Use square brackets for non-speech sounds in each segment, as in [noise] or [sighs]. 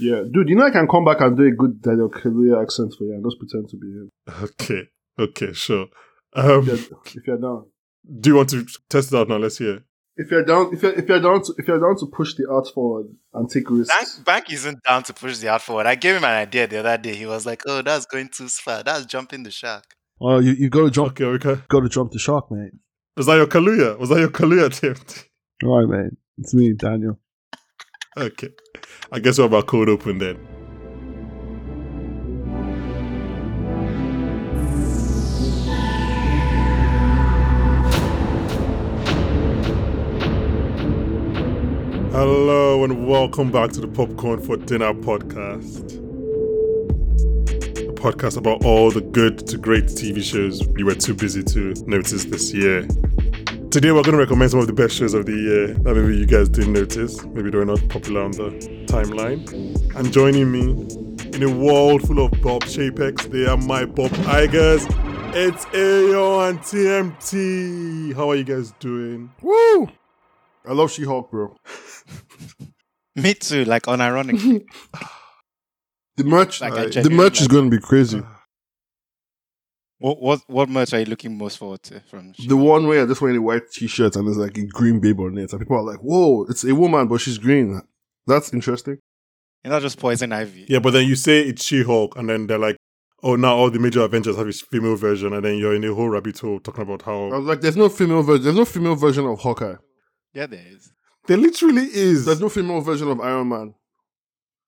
Yeah, dude, you know I can come back and do a good Daniel Kaluuya accent for you and just pretend to be him Okay. Okay, sure. Um, if you're, if you're down. Do you want to test it out now? Let's hear. If you're down, if you're, if you're down, to, if you're down to push the art forward and take Bank, risks, Bank isn't down to push the art forward. I gave him an idea the other day. He was like, "Oh, that's going too far. That's jumping the shark." Oh, you, you got to jump, Okay, okay. got to jump the shark, mate. Was that your Kaluuya? Was that your Kaluuya attempt? All right, mate. It's me, Daniel. Okay. I guess we're about cold open then. Hello and welcome back to the Popcorn for Dinner podcast. A podcast about all the good to great TV shows you were too busy to notice this year. Today we're going to recommend some of the best shows of the year that maybe you guys didn't notice. Maybe they were not popular on the timeline. And joining me in a world full of Bob Shapex, they are my Bob Igers. It's Ayo and TMT. How are you guys doing? woo! I love She-Hulk, bro. Me too. Like unironically. The merch, Like, I the genuinely merch is like- going to be crazy. what what what merch are you looking most forward to from? The one where you're just wearing a white T-shirt and there's like a green babe on it, and people are like, "Whoa, it's a woman, but she's green." That's interesting. You're not just poison ivy. Yeah, but then you say it's She-Hulk, and then they're like, "Oh, now all the major Avengers have its female version," and then you're in a whole rabbit hole talking about I how was like, "There's no female version. There's no female version of Hawkeye. yeah, there is. there literally is. There's no female version of Iron Man.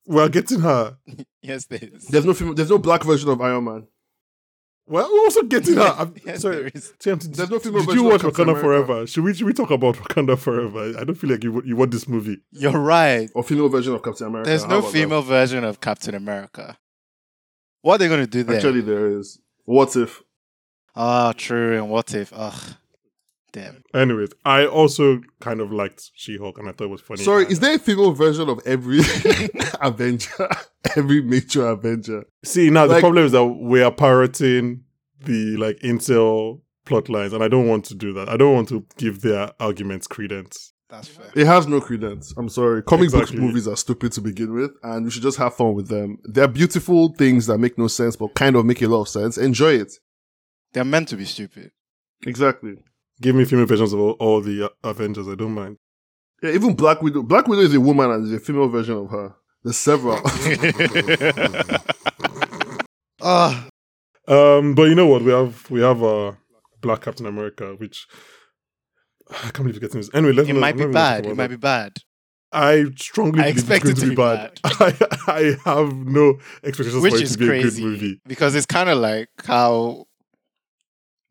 We're getting her. Yes, there is. There's no fem- There's no black version of Iron Man. We're also [laughs] getting [laughs] her. I'm [laughs] yes, sorry. there is. TMT, There's no female did you version watch of Captain Wakanda America. Forever? Should we should we talk about Wakanda Forever? I don't feel like you you want this movie. You're right. Or female version of Captain America. There's How no about that? female version of Captain America. What are they going to do there? Actually, there is. What if? ah, true. And what if? Ugh, damn. Anyways, I also kind of liked She-Hulk, and I thought it was funny. Sorry, And- is there a female version of every [laughs] Avenger? [laughs] every major Avenger? see now the like- problem is that we are parroting the like Intel plot lines, and I don't want to do that. I don't want to give their arguments credence. That's fair. It has no credence. I'm sorry. Comic Exactly. book movies are stupid to begin with, and we should just have fun with them. They're beautiful things that make no sense, but kind of make a lot of sense. Enjoy it. They're meant to be stupid. Exactly. Give me female versions of all, all the uh, Avengers. I don't mind. Yeah, even Black Widow. Black Widow is a woman and there's a female version of her. There's several. Ah, Um, but you know what? We have we have uh, Black Captain America, which [sighs] I can't believe you're getting this. Anyway, let's it not- might be let's not talk bad. about It might that. be bad. I strongly I believe expect it's going to be bad. [laughs] I, I have no expectations which for it is to be crazy a good movie. because it's kind of like how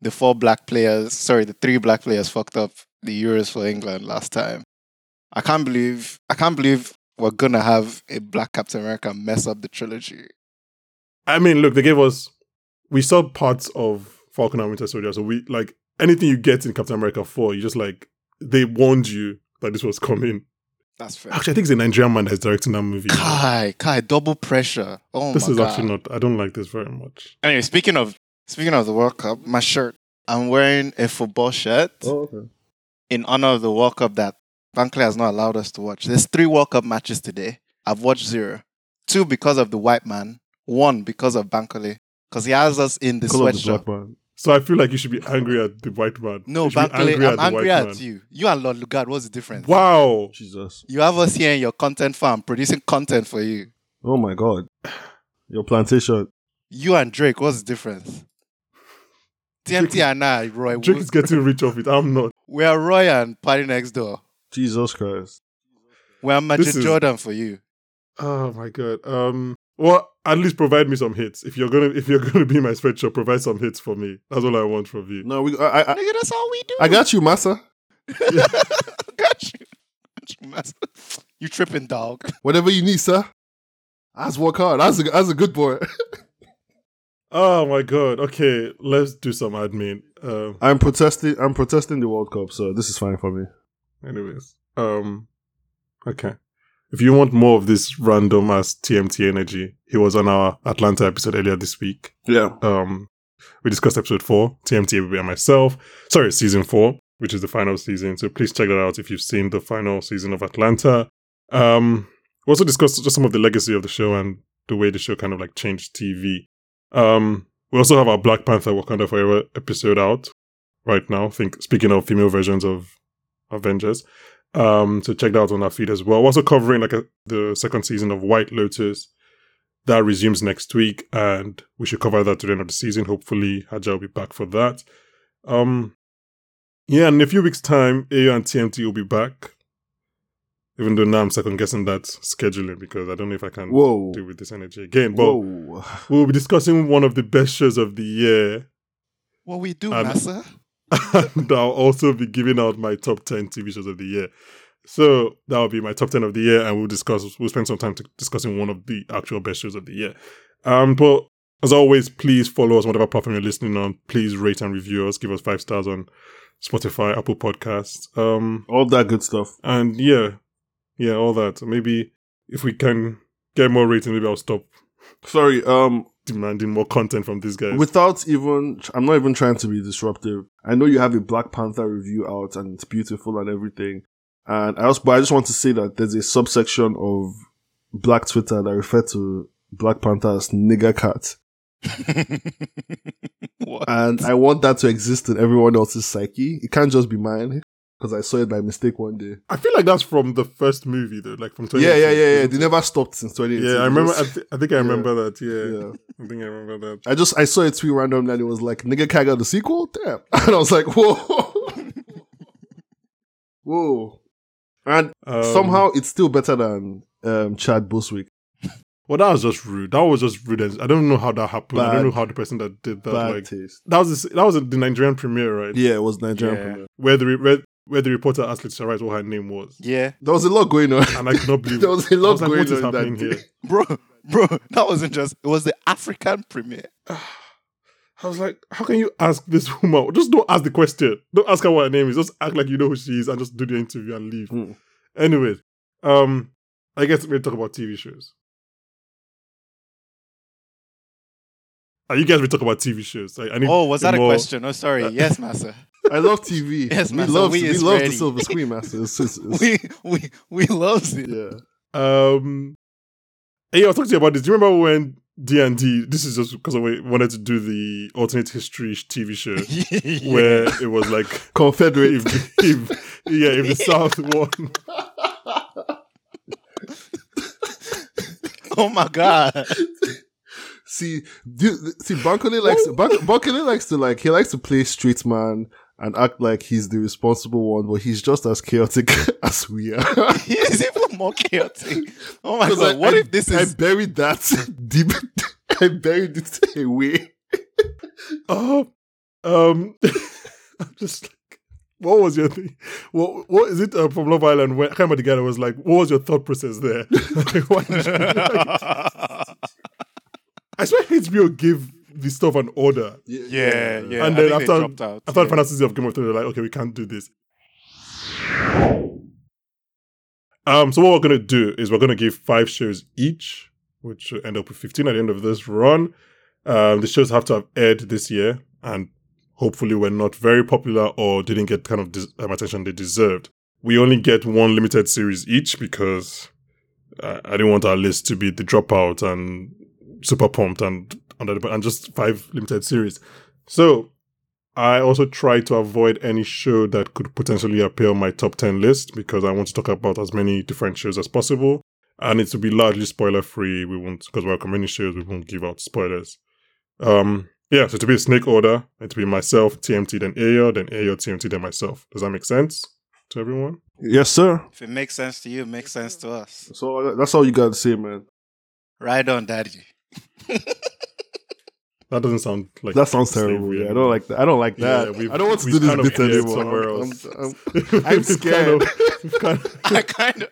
the four black players, sorry, the three black players fucked up the Euros for England last time. I can't believe I can't believe we're gonna have a black Captain America mess up the trilogy. I mean, look, they gave us we saw parts of Falcon and Winter Soldier, so we like anything you get in Captain America four, you just like they warned you that this was coming. That's fair. Actually, I think it's a Nigerian man that's directing that [laughs] movie. Kai, Kai, double pressure. Oh this my is god. actually not. I don't like this very much. anyway, speaking of speaking of the World Cup, my shirt. I'm wearing a football shirt [laughs] oh, okay. in honor of the World Cup that Bankley has not allowed us to watch. There's three World Cup matches today. I've watched zero. Two because of the white man, one because of Bankley, because he has us in the Call of the sweatshop. black man. So I feel like you should be angry at the white man. No, You should be Bankley, I'm the white angry at man. you. You and Lord Lugard, what's the difference? Wow. Jesus. You have us here in your content farm producing content for you. Oh my God. Your plantation. You and Drake, what's the difference? TMT and I, Roy, Drake is getting rich off it. I'm not. we are Roy and Party Next Door. Jesus Christ. We are Magic This is- Jordan for you. Oh my god. Um. Well, at least provide me some hits. If you're gonna, if you're gonna be in my spreadsheet, provide some hits for me. That's all I want from you. No, we. I, I, I- Nigga, that's all we do. I got you, Massa. Got you. Got you, master. You tripping dog. Whatever you need, sir. As work hard. As a, as a good boy. Oh my god. Okay, let's do some admin. Um. I'm protesting. I'm protesting the World Cup, so this is fine for me. Anyways. Um. Okay. If you want more of this random ass TMT energy, he was on our Atlanta episode earlier this week. Yeah. um we discussed episode four tmt will be myself sorry season four which is the final season so please check that out if you've seen the final season of atlanta um We also discussed just some of the legacy of the show and the way the show kind of like changed TV. Um, we also have our Black Panther Wakanda Forever episode out right now. I think speaking of female versions of Avengers, um, so check that out on our feed as well. We're also covering like a, the second season of White Lotus that resumes next week, and we should cover that to the end of the season. Hopefully, Haja will be back for that. Um, yeah, and in a few weeks' time, AU and TMT will be back. Even though now I'm second guessing that scheduling because I don't know if I can Whoa. deal with this energy again. But Whoa. we'll be discussing one of the best shows of the year. [laughs] What we do, Um, [laughs] Massa? and I'll also be giving out my top 10 TV shows of the year. So that'll be my top 10 of the year, and we'll discuss, we'll spend some time to discussing one of the actual best shows of the year. Um, but as always, please follow us on whatever platform you're listening on. Please rate and review us. Give us five stars on Spotify, Apple Podcasts. Um, All that good stuff. and yeah, yeah, all that. Maybe if we can get more rating, maybe I'll stop Sorry, um, demanding more content from these guys. without even, I'm not even trying to be disruptive. I know you have a Black Panther review out and it's beautiful and everything. And I also, but I just want to say that there's a subsection of Black Twitter that refer to Black Panther as nigger cat. what? And I want that to exist in everyone else's psyche. It can't just be mine because I saw it by mistake one day. I feel like that's from the first movie, though, like from 20 Yeah, yeah, yeah, yeah. They never stopped since 2018. Yeah, I remember. I, Just- th- I think I remember that. Yeah. yeah. I think I remember that. I just I saw a tweet randomly and it was like nigga can I got the sequel? Damn. [laughs] And I was like, whoa. whoa. And Um, somehow it's still better than um Chad Boswick. well, that was just rude. That was just rude. and- I don't know how that happened. I don't Bad- know how the person that did that. Bad like taste. that was the- that was the Nigerian premiere, right? Yeah, it was Nigerian Yeah. premiere. Where the re- where, where the reporter asked Letitia Wright what her name was, Yeah, There was a lot going on. [laughs] and I could not believe. There was a lot I was like, going what is on happening that here? day. bro, bro, that wasn't just. It was the African premiere. [sighs] I was like, how can you ask this woman? Just don't ask the question. Don't ask her what her name is. Just act like you know who she is and just do the interview and leave. Mm. Anyway, um, I guess we'll talk about TV shows. Are you guys will talk about TV shows? Like, I need Oh, was that a more- Uh, question? Oh, sorry. [laughs] Yes, Massa. I love TV. Yes, we master, love we we, is love the ready. silver screen, master. It's- [laughs] it's- it's- We we we loves it. yeah. Um, hey, I was talking to you about this. Do you remember when D and D? This is just because I wanted to do the alternate history TV show Yeah. where it was like [laughs] Confederate. if, if yeah, if the South won, [laughs] Oh my [laughs] god. see, do, see, Bankole likes Bank- Bankole likes to like he likes to play street man and act like he's the responsible one, but he's just as chaotic [laughs] as we are. It's even more chaotic. Oh my 'Cause god. I- what I- if this is I buried that [laughs] deep. I buried it away. oh, um, [laughs] I'm just like, what was your thing? What what is it uh, from Love Island? When I can't remember the guy that was like, what was your thought process there? [laughs] Like, why did you- like, [laughs] [laughs] I swear HBO gave this stuff an order. yeah, yeah. And then I think after- they dropped out. I thought yeah. final season of Game of Thrones they're like, okay, we can't do this. Um, so what we're gonna do is we're gonna give five shows each, which should end up with fifteen at the end of this run. Um, the shows have to have aired this year, and hopefully were not very popular or didn't get kind of des- um, attention they deserved. We only get one limited series each because uh, I, I didn't want our list to be the dropout and super pumped and under the and just five limited series. So I also try to avoid any show that could potentially appear on my top ten list because I want to talk about as many different shows as possible. And it will be largely spoiler free. We won't because we're community shows, we won't give out spoilers. Um yeah, so to be a snake order, it'll be myself, TMT, then Ayo, then Ayo, TMT, then myself. Does that make sense to everyone? Yes, sir. If it makes sense to you, it makes sense to us. So uh, that's all you gotta say, man. Right on, Daddy. [laughs] That doesn't sound like That sounds slavery terrible. Yeah, I anymore. don't like that. I don't like Yeah, that. we've- I don't want to we've do this kind of bit ended anymore. somewhere I'm- else. [laughs] I'm, I'm, We've scared. Kind of, we've kind of- I kind of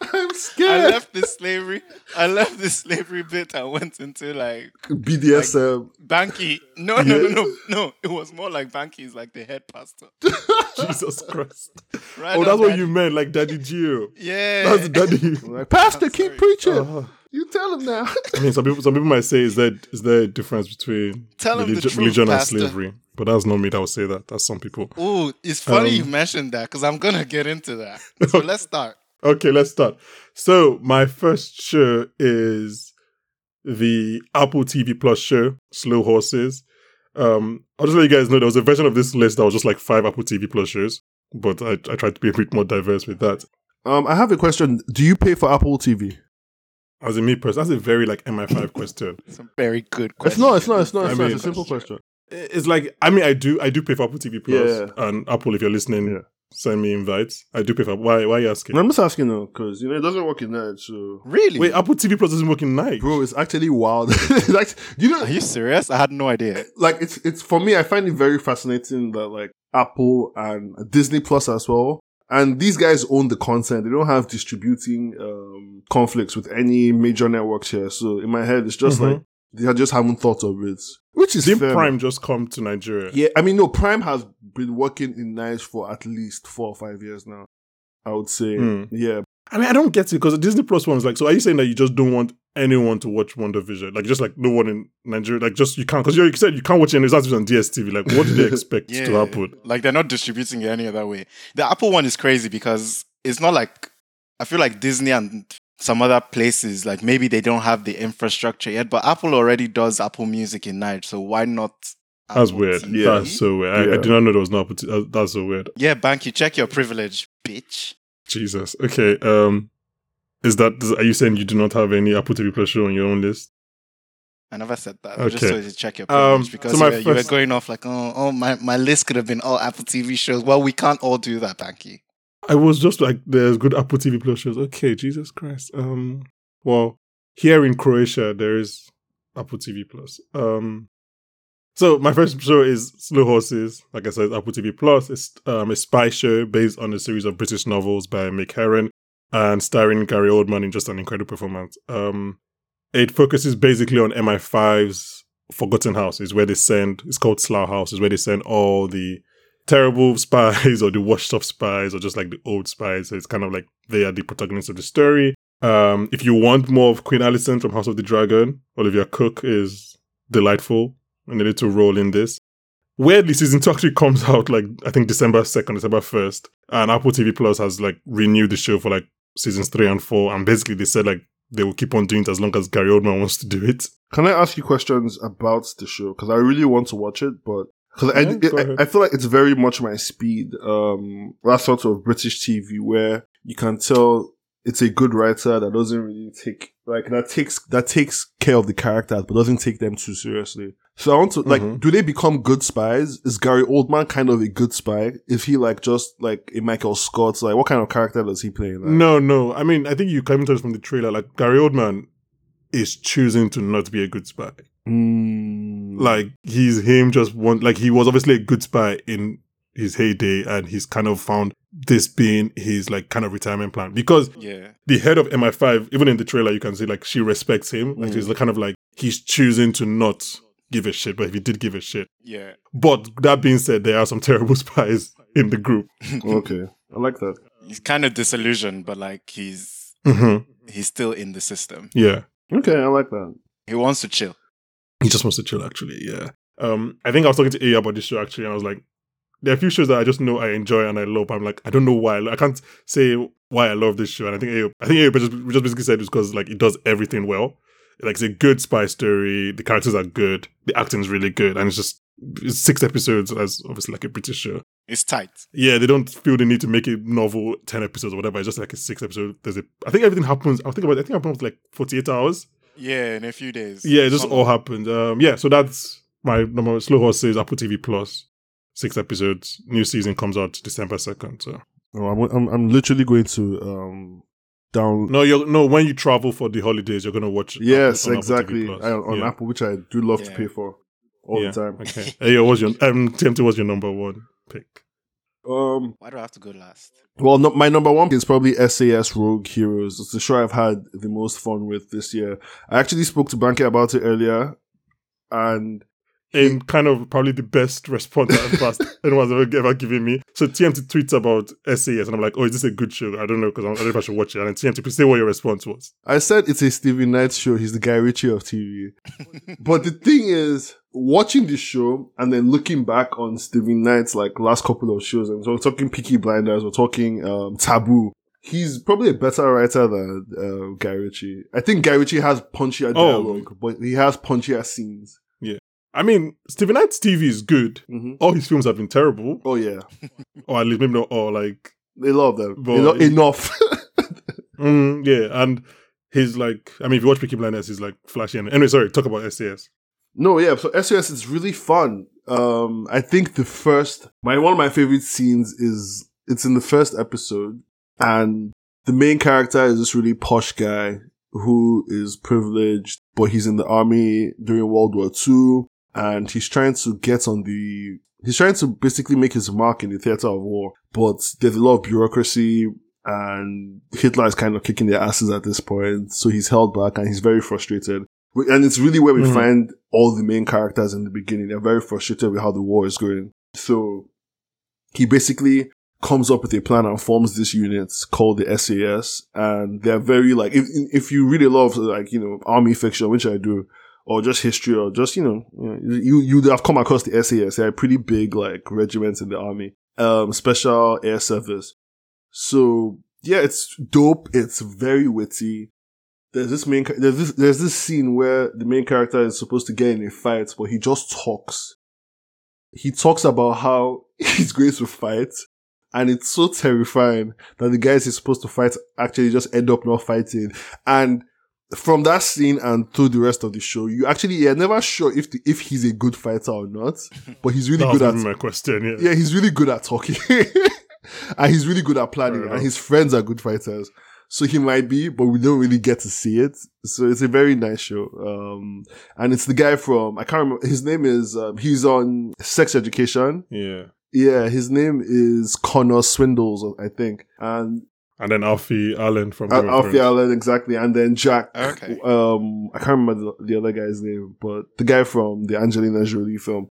I'm [laughs] I scared. left this slavery. I left this slavery bit. I went into like [laughs] BDSM. Banky. No, no, no, no, no. It was more like Banky is like the head pastor. [laughs] Jesus Christ! Right Oh, on, that's what Daddy. you meant, like [laughs] Daddy Geo. Yeah. That's [laughs] Daddy. like, Pastor, keep sorry. preaching. Uh-huh. Uh, you tell him now. [laughs] I mean, some people, some people might say, "Is there is there a difference between Tell him the religion, truth, religion and Pastor. slavery?" But that's not me that will say that. That's some people. Ooh, it's funny you [laughs] Um, mentioned that because I'm gonna get into that. So let's start. Okay, let's start. So my first show is the Apple TV Plus show, Slow Horses. Um, I'll just let you guys know there was a version of this list that was just like five Apple TV Plus shows, but I, I tried to be a bit more diverse with that. Um, I have a question. Do you pay for Apple TV? As a me person, that's a very like MI5 question. It's a very good It's question. not. It's not. It's not. It's, I not, mean- it's a simple question. It's like I mean I do I do pay for Apple TV Plus Yeah. and Apple if you're listening, Yeah. send me invites. I do pay for why why are you asking? And I'm just asking though, because you know it doesn't work in that. So, Really? Wait, Apple TV Plus isn't working night. bro, it's actually wild. [laughs] it's act- you know, Are you serious? I had no idea. like it's it's for me. I find it very fascinating that like Apple and Disney Plus as well. And these guys own the content. They don't have distributing um, conflicts with any major networks here. So in my head, it's just Mhm. like they just haven't thought of it, which is Didn't fair. Prime just come to Nigeria? Yeah, I mean, no, Prime has been working in Nice for at least four or five years now. I would say, Hmm. yeah, I mean, I don't get it because Disney Plus one's like. So are you saying that you just don't want anyone to watch Wonder Vision? Like just like no one in Nigeria, like just you can't because you said you can't watch any that's on DSTV. Like what do they expect Yeah. to happen? Like they're not distributing it any other way. The Apple one is crazy because it's not like I feel like Disney and some other places, like maybe they don't have the infrastructure yet, but Apple already does Apple Music in night, so why not? That's Apple weird. TV? That's so weird. I, I Yeah. did not know there was no opportunity. That's so weird. yeah, Banky, check your privilege, bitch. Jesus. Okay. Um, is that is- are you saying you do not have any Apple TV Plus show on your own list? I never said that. Just Okay. so you check your Um, privilege because so my you, were, you were first- going off like, oh, oh, my, my list could have been all Apple TV shows. Well, we can't all do that, Banky. I was just like, there's good Apple TV Plus shows. Okay, Jesus Christ. Um, well, here in Croatia, there is Apple TV Plus. Um, so my first show is Slow Horses. Like I said, Apple TV Plus. It's um, a spy show based on a series of British novels by Mick Herron and starring Gary Oldman in just an incredible performance. Um, it focuses basically on MI5's Forgotten House. Is where they send. It's called Slough House. Is where they send all the terrible spies or the washed up spies or just like the old spies. So it's kind of like they are the protagonists of the story. Um, if you want more of Queen Alison from House of the Dragon, Olivia Cook is delightful in a little role in this. Weirdly, season two actually comes [laughs] out like I think December 2nd, December 1st. And Apple TV Plus has like renewed the show for like seasons three and four. And basically they said like they will keep on doing it as long as Gary Oldman wants to do it. Can I ask you questions about the show? Because I really want to watch it, but because Yeah, go I, ahead. I, I feel like it's very much my speed. Um, that sort of British TV where you can tell it's a good writer that doesn't really take like that takes that takes care of the characters but doesn't take them too seriously. So I want to like, Mhm. do they become good spies? Is Gary Oldman kind of a good spy? Is he like just like a Michael Scott? Like, what kind of character does he play? in that? No, no. I mean, I think you can tell from the trailer, like Gary Oldman is choosing to not be a good spy. Mm. Like he's him just one like he was obviously a good spy in his heyday and he's kind of found this being his like kind of retirement plan. Because Yeah. the head of MI5, even in the trailer, you can see like she respects him. Like Mm. she's kind of like he's choosing to not give a shit, but if he did give a shit. Yeah. But that being said, there are some [laughs] terrible spies in the group. okay, I like that. [laughs] He's kind of disillusioned, but like he's hmm he's still in the system. Yeah. Okay, I like that. He wants to chill. He just wants to chill, actually. Yeah. Um, I think I was talking to A about this show actually, and I was like, there are a few shows that I just know I enjoy and I love. But I'm like, I don't know why. I, lo- I can't say why I love this show. And I think Ayo, I think Ayo just, just basically said it's because like it does everything well. Like it's a good spy story. The characters are good. The acting's really good, and it's just it's six episodes as obviously like a British show. It's tight. Yeah, they don't feel the need to make a novel ten episodes or whatever. It's just like a six episode. There's a I think everything happens. I think about I think it happens like forty eight hours. Yeah, in a few days. Yeah, it just Come all on. happened. Um, yeah, so that's my number. Slow Horses, Apple TV Plus, six episodes. New season comes out December second. So No, I'm, I'm I'm literally going to um down. no, you no when you travel for the holidays, you're gonna watch. Apple- yes, on Apple TV exactly. Plus. I, on Yeah. Apple, which I do love to Yeah. pay for all Yeah. the time. Okay. Hey, yo, what's your um, TMT? What's your number one pick? Um, Why do I have to go last? well, no, my number one is probably SAS Rogue Heroes. It's the show I've had the most fun with this year. I actually spoke to Banky about it earlier, and In Um, kind of probably the best response [laughs] I've passed anyone's ever, ever given me. So TMT tweets about SAS, and I'm like, oh, is this a good show? I don't know because I don't know if I should watch it. And TMT, please say what your response was. I said it's a Stevie Knight show. He's the Guy Ritchie of TV. but the thing is, watching the show and then looking back on Stevie Knight's like last couple of shows, and so we're talking Peaky Blinders, we're talking um, Taboo. He's probably a better writer than uh, Guy Ritchie. I think Guy Ritchie has punchier Oh. dialogue, but he has punchier scenes. I mean, Steven Knight's TV is good. hmm All his films have been terrible, Oh yeah, or at least maybe not all. Like, they love them. But- Eno- enough. mm, yeah, and he's like, I mean, if you watch Peaky Blinders, he's like flashy. And anyway, sorry, talk about SAS. No, yeah. So SOS is really fun. Um, I think the first, my one of my favorite scenes is it's in the first episode, and the main character is this really posh guy who is privileged, but he's in the army during World War II, and he's trying to get on the. He's trying to basically make his mark in the theater of war, but there's a lot of bureaucracy, and Hitler is kind of kicking their asses at this point, so he's held back and he's very frustrated. We- And it's really where we Mhm. find all the main characters in the beginning. They're very frustrated with how the war is going. So he basically comes up with a plan and forms this unit called the SAS. And they're very like, if, if you read a lot of like, you know, army fiction, which I do, or just history or just, you know, you know, you, you'd have come across the SAS. They're a pretty big like regiments in the army, um, special air service. So yeah, it's dope. It's very witty there's this main cha- there's this there's this scene where the main character is supposed to get in a fight, but he just talks. He talks about how [laughs] he's going to fight, and it's so terrifying that the guys he's supposed to fight actually just end up not fighting. And from that scene and through the rest of the show, you actually you're never sure if the, if he's a good fighter or [laughs] not, but he's really that good was at even my question. Yeah. yeah, he's really good at talking. [laughs] and he's really good at planning. Fair And enough. his friends are good fighters. So he might be, but we don't really get to see it. So it's a very nice show. Um, and it's the guy from, I can't remember, his name is, um, he's on Sex Education. yeah. Yeah, his name is Connor Swindles, I think. And And then Alfie Allen from Al- Game of Uh, Alfie Thrones. Allen, exactly. And then Jack. Okay. Um, I can't remember the, the other guy's name, but the guy from the Angelina Jolie film.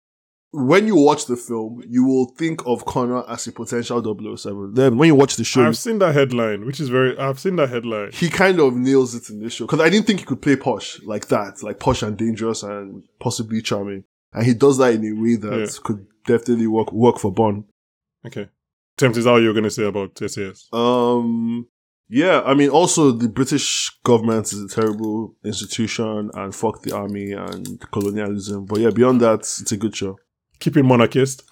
When you watch the film, you will think of Connor as a potential 007. Then when you watch the show, I've seen that headline, which is very. I've seen that headline. he kind of nails it in this show. Cause I didn't think he could play posh like that, like posh and dangerous and possibly charming. And he does that in a way that Yeah. could definitely work, work for Bond. Okay. Tempt is all you're gonna say about SAS. Um, yeah, I mean, also the British government is a terrible institution, and fuck the army and colonialism. But yeah, beyond that, it's a good show. Keeping monarchist.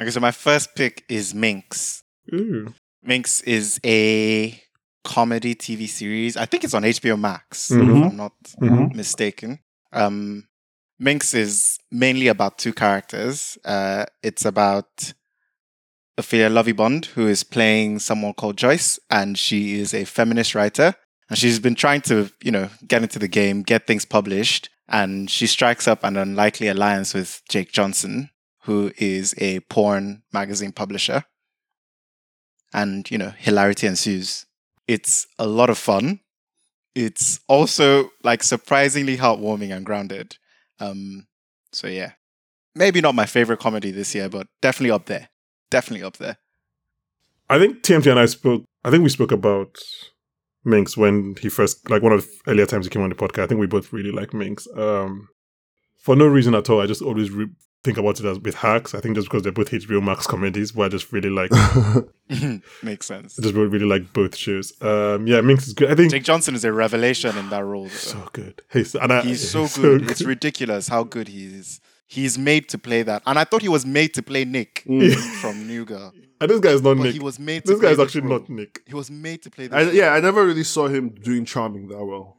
Okay, so my first pick is Minx. Ooh. Minx is a comedy TV series. I think it's on HBO Max, Mhm. if I'm not Mhm. mistaken. Um, Minx is mainly about two characters. Uh, it's about Ophelia Lovey Bond, who is playing someone called Joyce, and she is a feminist writer. And she's been trying to, you know, get into the game, get things published, and she strikes up an unlikely alliance with Jake Johnson, who is a porn magazine publisher. And, you know, hilarity ensues. It's a lot of fun. It's also like surprisingly heartwarming and grounded. Um, so yeah. Maybe not my favorite comedy this year, but definitely up there. Definitely up [laughs] there. [laughs] I think TMT and I spoke. I think we spoke about Minx when he first, like one of the earlier times he came on the podcast. I think we both really like Minx. Um, for no reason at all, I just always re- think about it as with hacks. I think just because they're both HBO Max comedies, but I just really like, I Makes sense. just really, really like both shows. Um, yeah, Minx is good. I think Jake Johnson is a revelation in that role. though. so good. He's, and I, [laughs] He's so good. It's ridiculous how good he is. He's made to play that. And I thought he was made to [laughs] play Nick from New Girl. and this guy's not But Nick. he was made to This play guy's actually role. not Nick. He was made to play this. I, role. yeah, I never really saw him doing charming that well.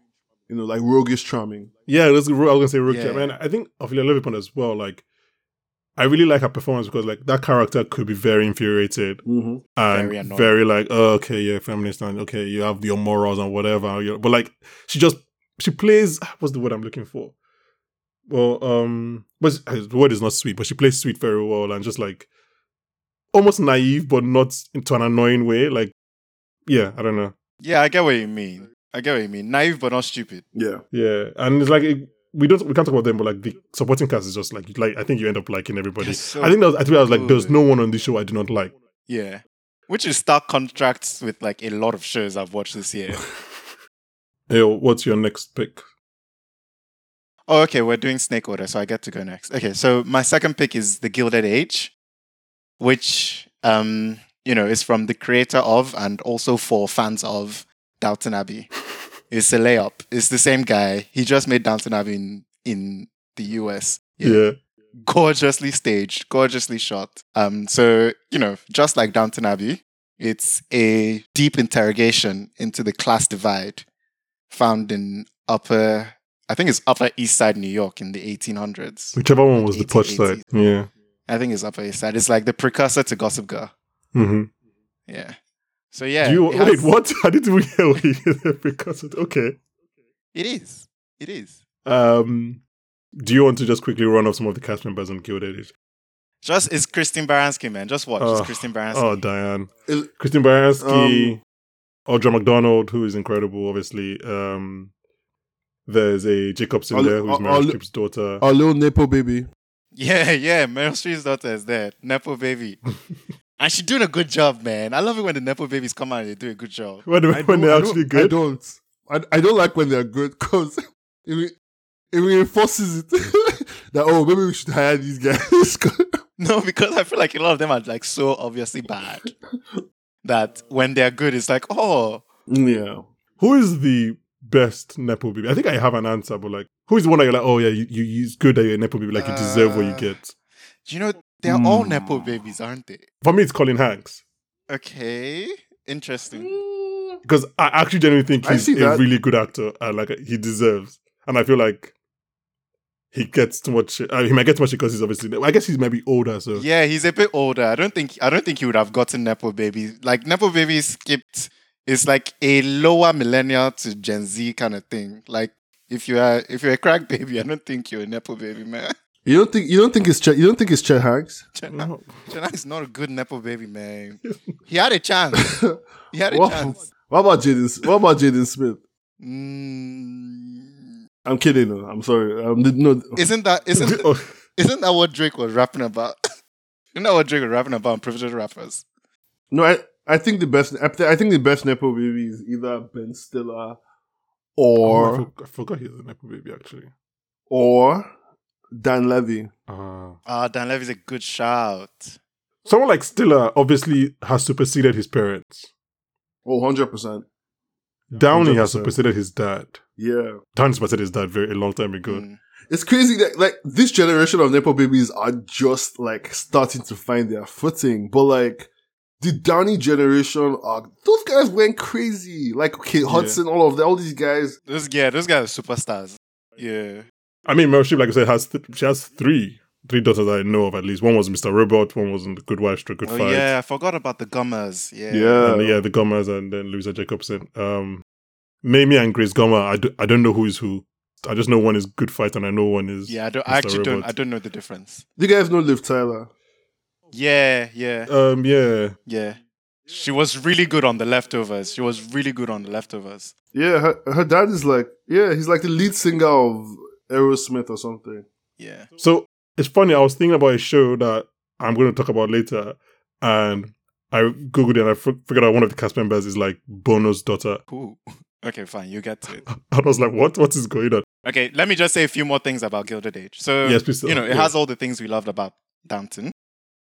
You know, like roguish charming. Yeah, that's, I was gonna say Rookie. Yeah. Man, I think Ophelia Lovipon as well. Like, I really like her performance because like that character could be very infuriated Mm-hmm. and Very very, annoying. like, oh, okay, yeah, feminist and okay, you have your morals and whatever. you know, But like, she just she plays. What's the word I'm looking for? Well, um, but the word is not sweet, but she plays sweet very well and just like almost naive, but not into an annoying way. Like, yeah, I don't know. Yeah, I get what you mean. I get what you mean. Naive but not stupid. Yeah. Yeah, and it's like it, we don't we can't talk about them, but like the supporting cast is just like like I think you end up liking everybody. They're so I think that was, I think I was like, there's good. no one on this show I do not like. Yeah. Which is stark contrasts with like a lot of shows I've watched [laughs] this year. Hey, what's your next pick? oh, okay, we're doing Snake Order, so I get to go next. Okay, so my second pick is The Gilded Age, which um you know, is from the creator of and also for fans of [laughs] Downton Abbey. It's a layup. It's the same guy. He just made Downton Abbey in, in the US. Yeah. Gorgeously staged, gorgeously shot. Um, so, you know, just like Downton Abbey, it's a deep interrogation into the class divide found in upper, I think it's upper east side New York in the 1800s. Whichever one was the touch 1880s. side. Yeah. I think it's upper east side. It's like the precursor to Gossip Girl. Mm-hmm. Yeah. So yeah, Do you, it wait, has- what? [laughs] How did we get away with [laughs] because it, okay. It is. It is. Um, do you want to just quickly run off some of the cast members on Gilded Age? Just it's Christine Baranski, man. Just watch. it's Oh, Christine Baranski. Oh, Diane. Is- Christine Baranski, Um, Audra McDonald, who is incredible, obviously. Um, there's a Jacobson I'll- there, who's I'll- Meryl I'll- Streep's daughter. Our little Nepo [laughs] baby. Yeah, yeah. Meryl Streep's daughter is there. Nepo baby. and she's doing a good job, man. I love it when the Nepo babies come out and they do a good job. [laughs] when I when don't- they're I don't- actually I good. don't. I, I don't like when they're good because [laughs] it, re- it reinforces it [laughs] that oh maybe we should hire these guys. [laughs] No, because I feel like a lot of them are like so obviously bad that when they're good, it's like, oh, yeah. Who is the best Nepo baby? I think I have an answer, but like, who is the one that you're like, oh yeah, you, you it's good that you're a Nepo baby, like you deserve what you Uh, get. you know, they're all Hmm. Nepo babies, aren't they? For me, it's Colin Hanks. Okay. Interesting. because I actually genuinely think I he's see a that. really good actor and like he deserves. And I feel like he gets too much. I mean, he might get too much because he's obviously. I guess he's maybe older, so Yeah, he's a bit older. I don't think I don't think he would have gotten Nepo Baby. Like Nepo Baby skipped is like a lower millennial to Gen Z kind of thing. Like if you are if you're a crack baby, I don't think you're a Nepo baby, man. [laughs] You don't think you don't think it's Chet, you don't think it's Chet Hanks? [laughs] Jenna, Jenna is not a good Nepo baby, man. He had a chance. He had a Wow. chance. What about Jaden? What about Jaden Smith? Mm, I'm kidding. though. I'm sorry. Um, the- no, isn't that isn't [laughs] Oh, isn't that what Drake was rapping about? [laughs] isn't that what Drake was rapping about on privileged rappers? no. I I think the best. I thi- I think the best nepo baby is either Ben Stiller I, or for- I forgot he was a nepo baby actually. or Dan Levy. Uh, Ah, Dan Levy's a good shout. someone like Stiller obviously has superseded his parents. Oh, 100 percent. Downey has 100%. superseded his dad. Yeah, Downey superseded his dad very a long time ago. Mm. it's crazy that like this generation of nepo babies are just like starting to find their footing, but like. The Downey generation are those guys went crazy. Like okay, Hudson, all of the, all these guys. Those yeah, those guys are superstars. Yeah. I mean, Meryl Streep, like I said, has th- she has three three daughters that I know of at least. One was Mr. Robot. One was in The Good Wife, The Good Oh Fight. yeah, I forgot about the gummers. Yeah. and yeah, the Gomez and then Louisa Jacobson. Um, Mamie and Grace Gomez. I, do, I don't know who is who. I just know one is good fight and I know one is. Yeah, I don't Mr. I actually don't Robot. I don't know the difference. You guys know Liv Tyler. Yeah, yeah, Um. Yeah. yeah. She was really good on the leftovers. She was really good on the leftovers. Yeah, her, her dad is like, yeah, he's like the lead singer of Aerosmith or something. Yeah. So it's funny. I was thinking about a show that I'm going to talk about later, and I googled it and I f- figured out one of the cast members is like Bono's daughter. [laughs] Cool. [laughs] Okay, fine. You get to it. I was like, what? What is going on? Okay, let me just say a few more things about Gilded Age. So, yes, please. Uh, you know, yeah. it has all the things we loved about Downton.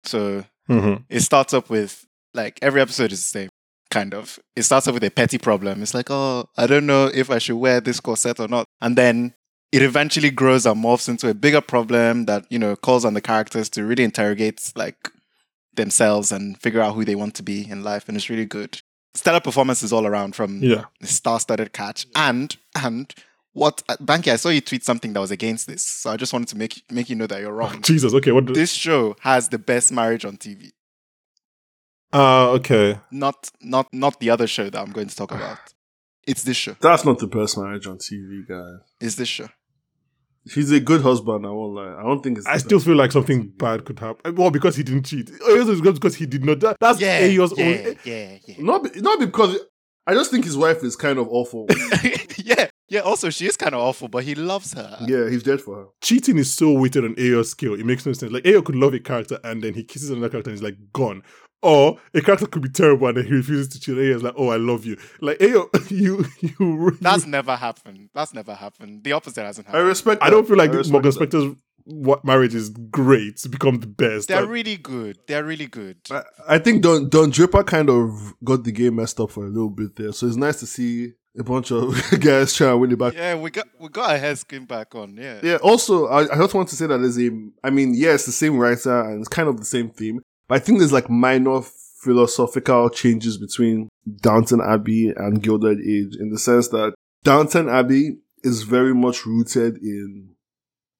So, Mhm. it starts up with like every episode is the same kind of it starts up with a petty problem it's like oh i don't know if i should wear this corset or not and then it eventually grows and morphs into a bigger problem that you know calls on the characters to really interrogate like themselves and figure out who they want to be in life and it's really good stellar performances all around from Yeah. the star-studded catch and and what uh, banky i saw you tweet something that was against this so i just wanted to make make you know that [laughs] you're wrong Jesus. Okay. What? Do, this show has the best marriage on tv uh Okay. not not not the other show that I'm going to talk about. It's this show. That's not the best marriage on TV, guys. It's this show. He's a good husband, I won't lie. I don't think it's. I the still best. feel like something bad could happen. Well, because he didn't cheat. Oh, yes, it's good because he did not. That, that's Yeah, yeah, Ayo's yeah, own. yeah, yeah, Not, be- not because. I just think his wife is kind of [laughs] awful. [laughs] yeah, yeah. Also, she is kind of awful, but he loves her. yeah, he's dead for her. Cheating is so weighted on Ayo's skill. It makes no sense. Like Ayo could love a character and then he kisses another character and he's like gone. Or a character could be terrible and then he refuses to cheat. Ayo's like, oh, I love you. Like Ayo, [laughs] you, you. That's never happened. That's never happened. The opposite hasn't I happened. respect. I that. don't feel like I respect Morgan that. Spector's what marriage is great to become the best. They're Like, really good. They're really good. I, I think Don Don Draper kind of got the game messed up for a little bit there. So it's nice to see a bunch of [laughs] guys trying to win it back. Yeah, we got we got our hair skin back on. Yeah. Yeah. Also, I, I just want to say that there's a, I mean, yeah, it's the same writer and it's kind of the same theme, but I think there's like minor philosophical changes between Downton Abbey and Gilded Age in the sense that Downton Abbey is very much rooted in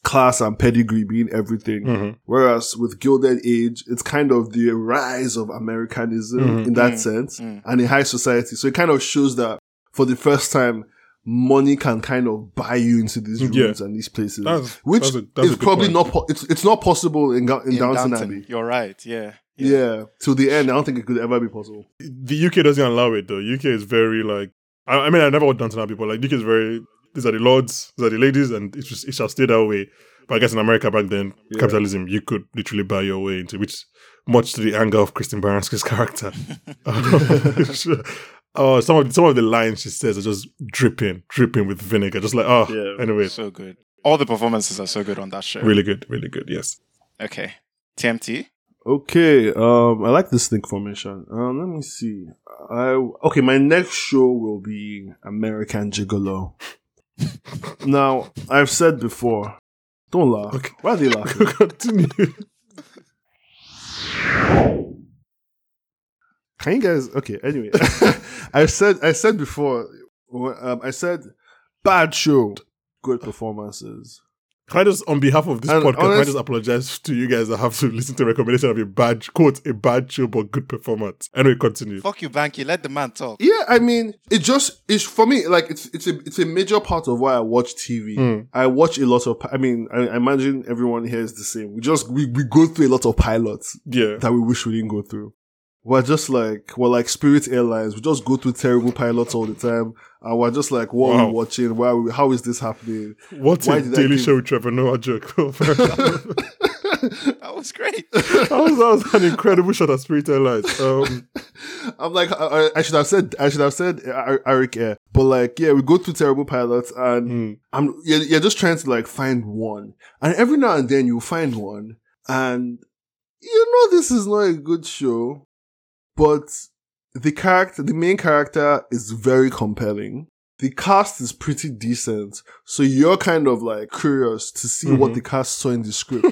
class and pedigree being everything. Mhm. Whereas with Gilded Age, it's kind of the rise of Americanism Mhm. in that Mm, sense mm. and in high society. So it kind of shows that for the first time, money can kind of buy you into these Yeah. rooms and these places, That's- which that's a- that's a is good probably point. not po- it's it's not possible in, Ga- in, In Downton, Downton, Abbey. You're right. Yeah. Yeah. till the end, I don't think it could ever be possible. the UK doesn't allow it though. UK is very like I, I mean I never would done to that people like UK is very these are the lords, these are the ladies, and it just it shall stay that way. But I guess in America back then, Yeah. capitalism you could literally buy your way into which much to the anger of Kristen Baranski's [laughs] character. [laughs] oh, some of some of the lines she says are just dripping, dripping with vinegar. Just like oh, Yeah. anyway, So good. All the performances are so good on that show. really good, really good. Yes, [laughs] Okay. TMT. Okay, um, I like this thing formation. Um, let me see. I okay, my next show will be American [laughs] Gigolo. now, I've said before, don't laugh. Okay. Why are they laughing? continue. Can you guys? Okay. Anyway, [laughs] I said I said before. wh- Um, I said bad show, good performances. Can I just, on behalf of this And podcast, can I honest- just apologize to you guys that have to listen to a recommendation of a bad, quote, a bad show but good performance. Anyway, continue. Fuck you, Banky. Let the man talk. Yeah, I mean, it just is for me. Like it's it's a it's a major part of why I watch TV. Mm. I watch a lot of. pi- I mean, I, I imagine everyone here is the same. We just we, we go through a lot of pilots Yeah. that we wish we didn't go through. We're just like we're like Spirit Airlines. We just go through terrible pilots all the time, and we're just like, what are Wow. we watching? Why? Are we, how is this happening? What Why a did I daily give- show with Trevor Noah joke. [laughs] that, That was great. was, that was an incredible shot at Spirit Airlines. Um, I'm like, I, I- I should have said, I should have said uh, Eric Air, but like, yeah, we go through terrible pilots, and mm, I'm you're, you're just trying to like find one, and every now and then you find one, and you know this is not a good show, but the character, the main character, is very compelling. The cast is pretty decent, so you're kind of like curious to see what Mhm. the cast saw in the script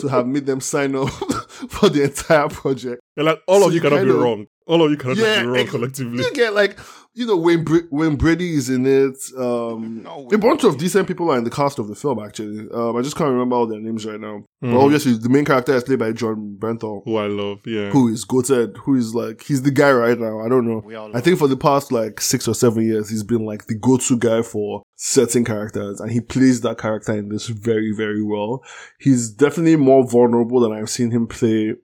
to have made them sign up [laughs] for the entire project. you're like, all So of you you cannot be kind of- wrong. All of you cannot Yeah, be wrong ex- collectively. You get like, you know, when Br- when Brady is in it, um, No a bunch way. of decent people are in the cast of the film. Actually, um, I just can't remember all their names right now. Mm. But obviously, the main character is played by John Brenthal, Who I love, yeah. who is goated, who is like he's the guy right now. I don't know. We all I think for the past like six or seven years, he's been like the go-to guy for certain characters, and he plays that character in this very, very well. He's definitely more vulnerable than I've seen him play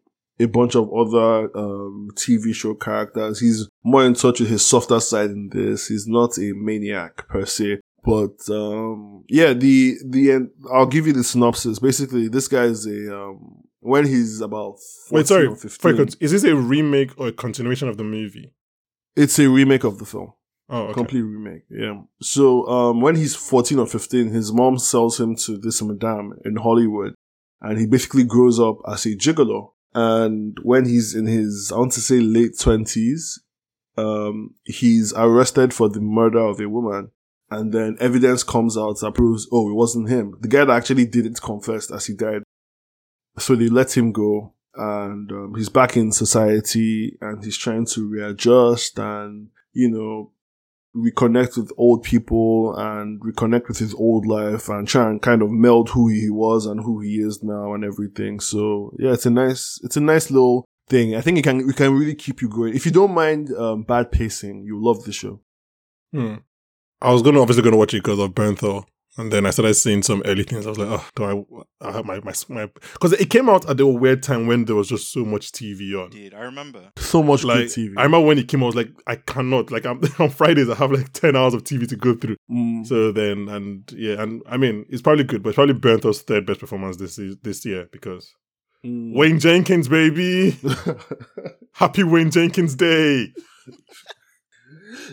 a bunch of other um, TV show characters. He's more in touch with his softer side in this. He's not a maniac per se. But um, yeah, the the end. I'll give you the synopsis. Basically, this guy is a um, when he's about 14 Wait, sorry. or before you 15, cont- Is this a remake or a continuation of the movie? it's a remake of the film. Oh, okay. Complete remake, yeah. So um, when he's 14 or 15, his mom sells him to this madame in Hollywood, and he basically grows up as a gigolo. And when he's in his, I want to say late 20s, um, he's arrested for the murder of a woman. And then evidence comes out that proves, oh, it wasn't him. The guy that actually did it confessed as he died. So they let him go, and um, he's back in society, and he's trying to readjust and, you know, reconnect with old people and reconnect with his old life and try and kind of meld who he was and who he is now and everything. So yeah, it's a nice it's a nice little thing. I think it can it can really keep you going. If you don't mind um, bad pacing, you love the show. Hmm. I was gonna obviously gonna watch it because of Bernthal, and then I started seeing some early things. I was like, oh, do I? I have my my because it came out at a weird time when there was just so much TV on. did. I remember. So much Like good TV. I remember when it came, out, I was like, I cannot. Like I'm, [laughs] on Fridays, I have like ten hours of TV to go through. Mm. So then, and yeah, and I mean, it's probably good, but it's probably Bernthal's third best performance this is, this year because Mm. Wayne Jenkins, baby, happy Wayne Jenkins Day.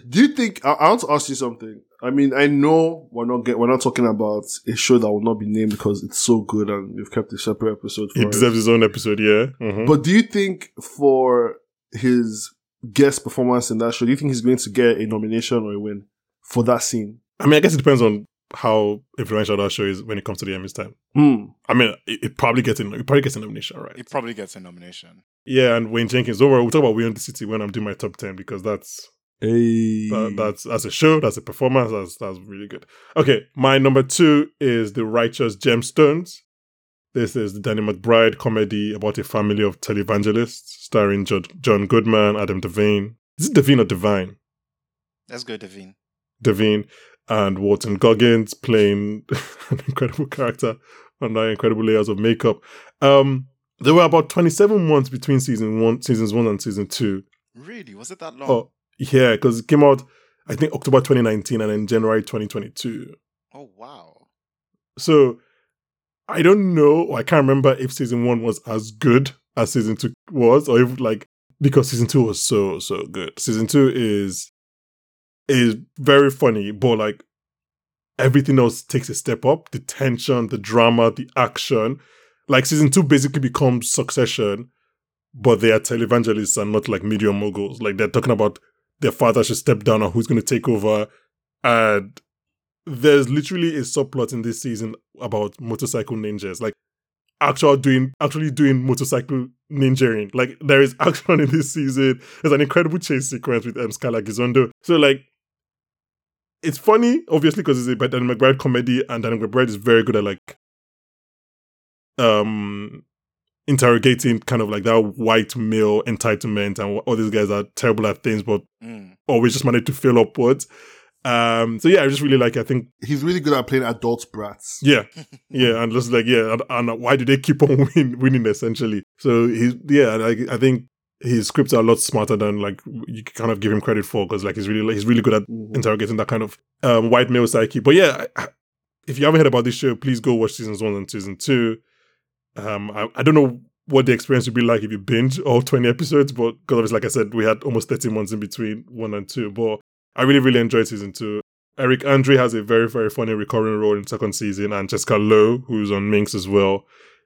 Do you think I, I want to ask you something? I mean, I know we're not get, we're not talking about a show that will not be named because it's so good and you've kept a separate episode for He it. deserves his own episode, yeah. Mhm. But do you think for his guest performance in that show, do you think he's going to get a nomination or a win for that scene? I mean, I guess it depends on how influential that show is when it comes to the Emmys time. Hmm. I mean, it, it probably gets in, it probably gets a nomination, right? He probably gets a nomination. yeah, and Wayne Jenkins. Don't worry, we'll talk about We Own the City when I'm doing my top ten because that's Hey. that, that's that's a show, that's a performance, that's that's really good. Okay, my number two is The Righteous Gemstones. This is the Danny McBride comedy about a family of televangelists, starring jo- John Goodman, Adam Devine. Is it Devine or Divine? Let's go, Devine. Devine and Wharton Goggins playing [laughs] an incredible character under incredible layers of makeup. Um, there were about 27 months between season one, seasons one and season two. Really? Was it that long? Oh, yeah, because it came out, I think, October 2019 and then January 2022. Oh, wow. So I don't know, or I can't remember if season one was as good as season two was, or if like because season two was so so good. Season two is is very funny, but like everything else takes a step up. The tension, the drama, the action. Like season two basically becomes succession, but they are televangelists and not like media moguls. Like they're talking about their father should step down or who's gonna take over. And there's literally a subplot in this season about motorcycle ninjas, like actual doing actually doing motorcycle ninjaing. Like there is action [laughs] in this season. There's an incredible chase sequence with um, Scala Gizondo. So like, it's funny, obviously, because it's a Dan McBride comedy, and Dan McBride is very good at like, um, interrogating kind of like that white male entitlement, and all these guys are terrible at things, but Mm. always just manage to fail upwards. Um, so yeah, I just really like. I think He's really good at playing adult brats. yeah, yeah, and just like yeah, and, and why do they keep on [laughs] win, winning essentially? So he's yeah, like I think his scripts are a lot smarter than like you can kind of give him credit for because like he's really he's really good at Mhm. interrogating that kind of um, white male psyche. But yeah, I- I- if you haven't heard about this show, please go watch seasons one and season two. Um, I, I don't know what the experience would be like if you binge all 20 episodes, but because obviously, like I said, we had almost 30 months in between one and two. But I really, really enjoyed season two. Eric Andre has a very, very funny recurring role in second season, and Jessica Lowe, who's on Minx as well,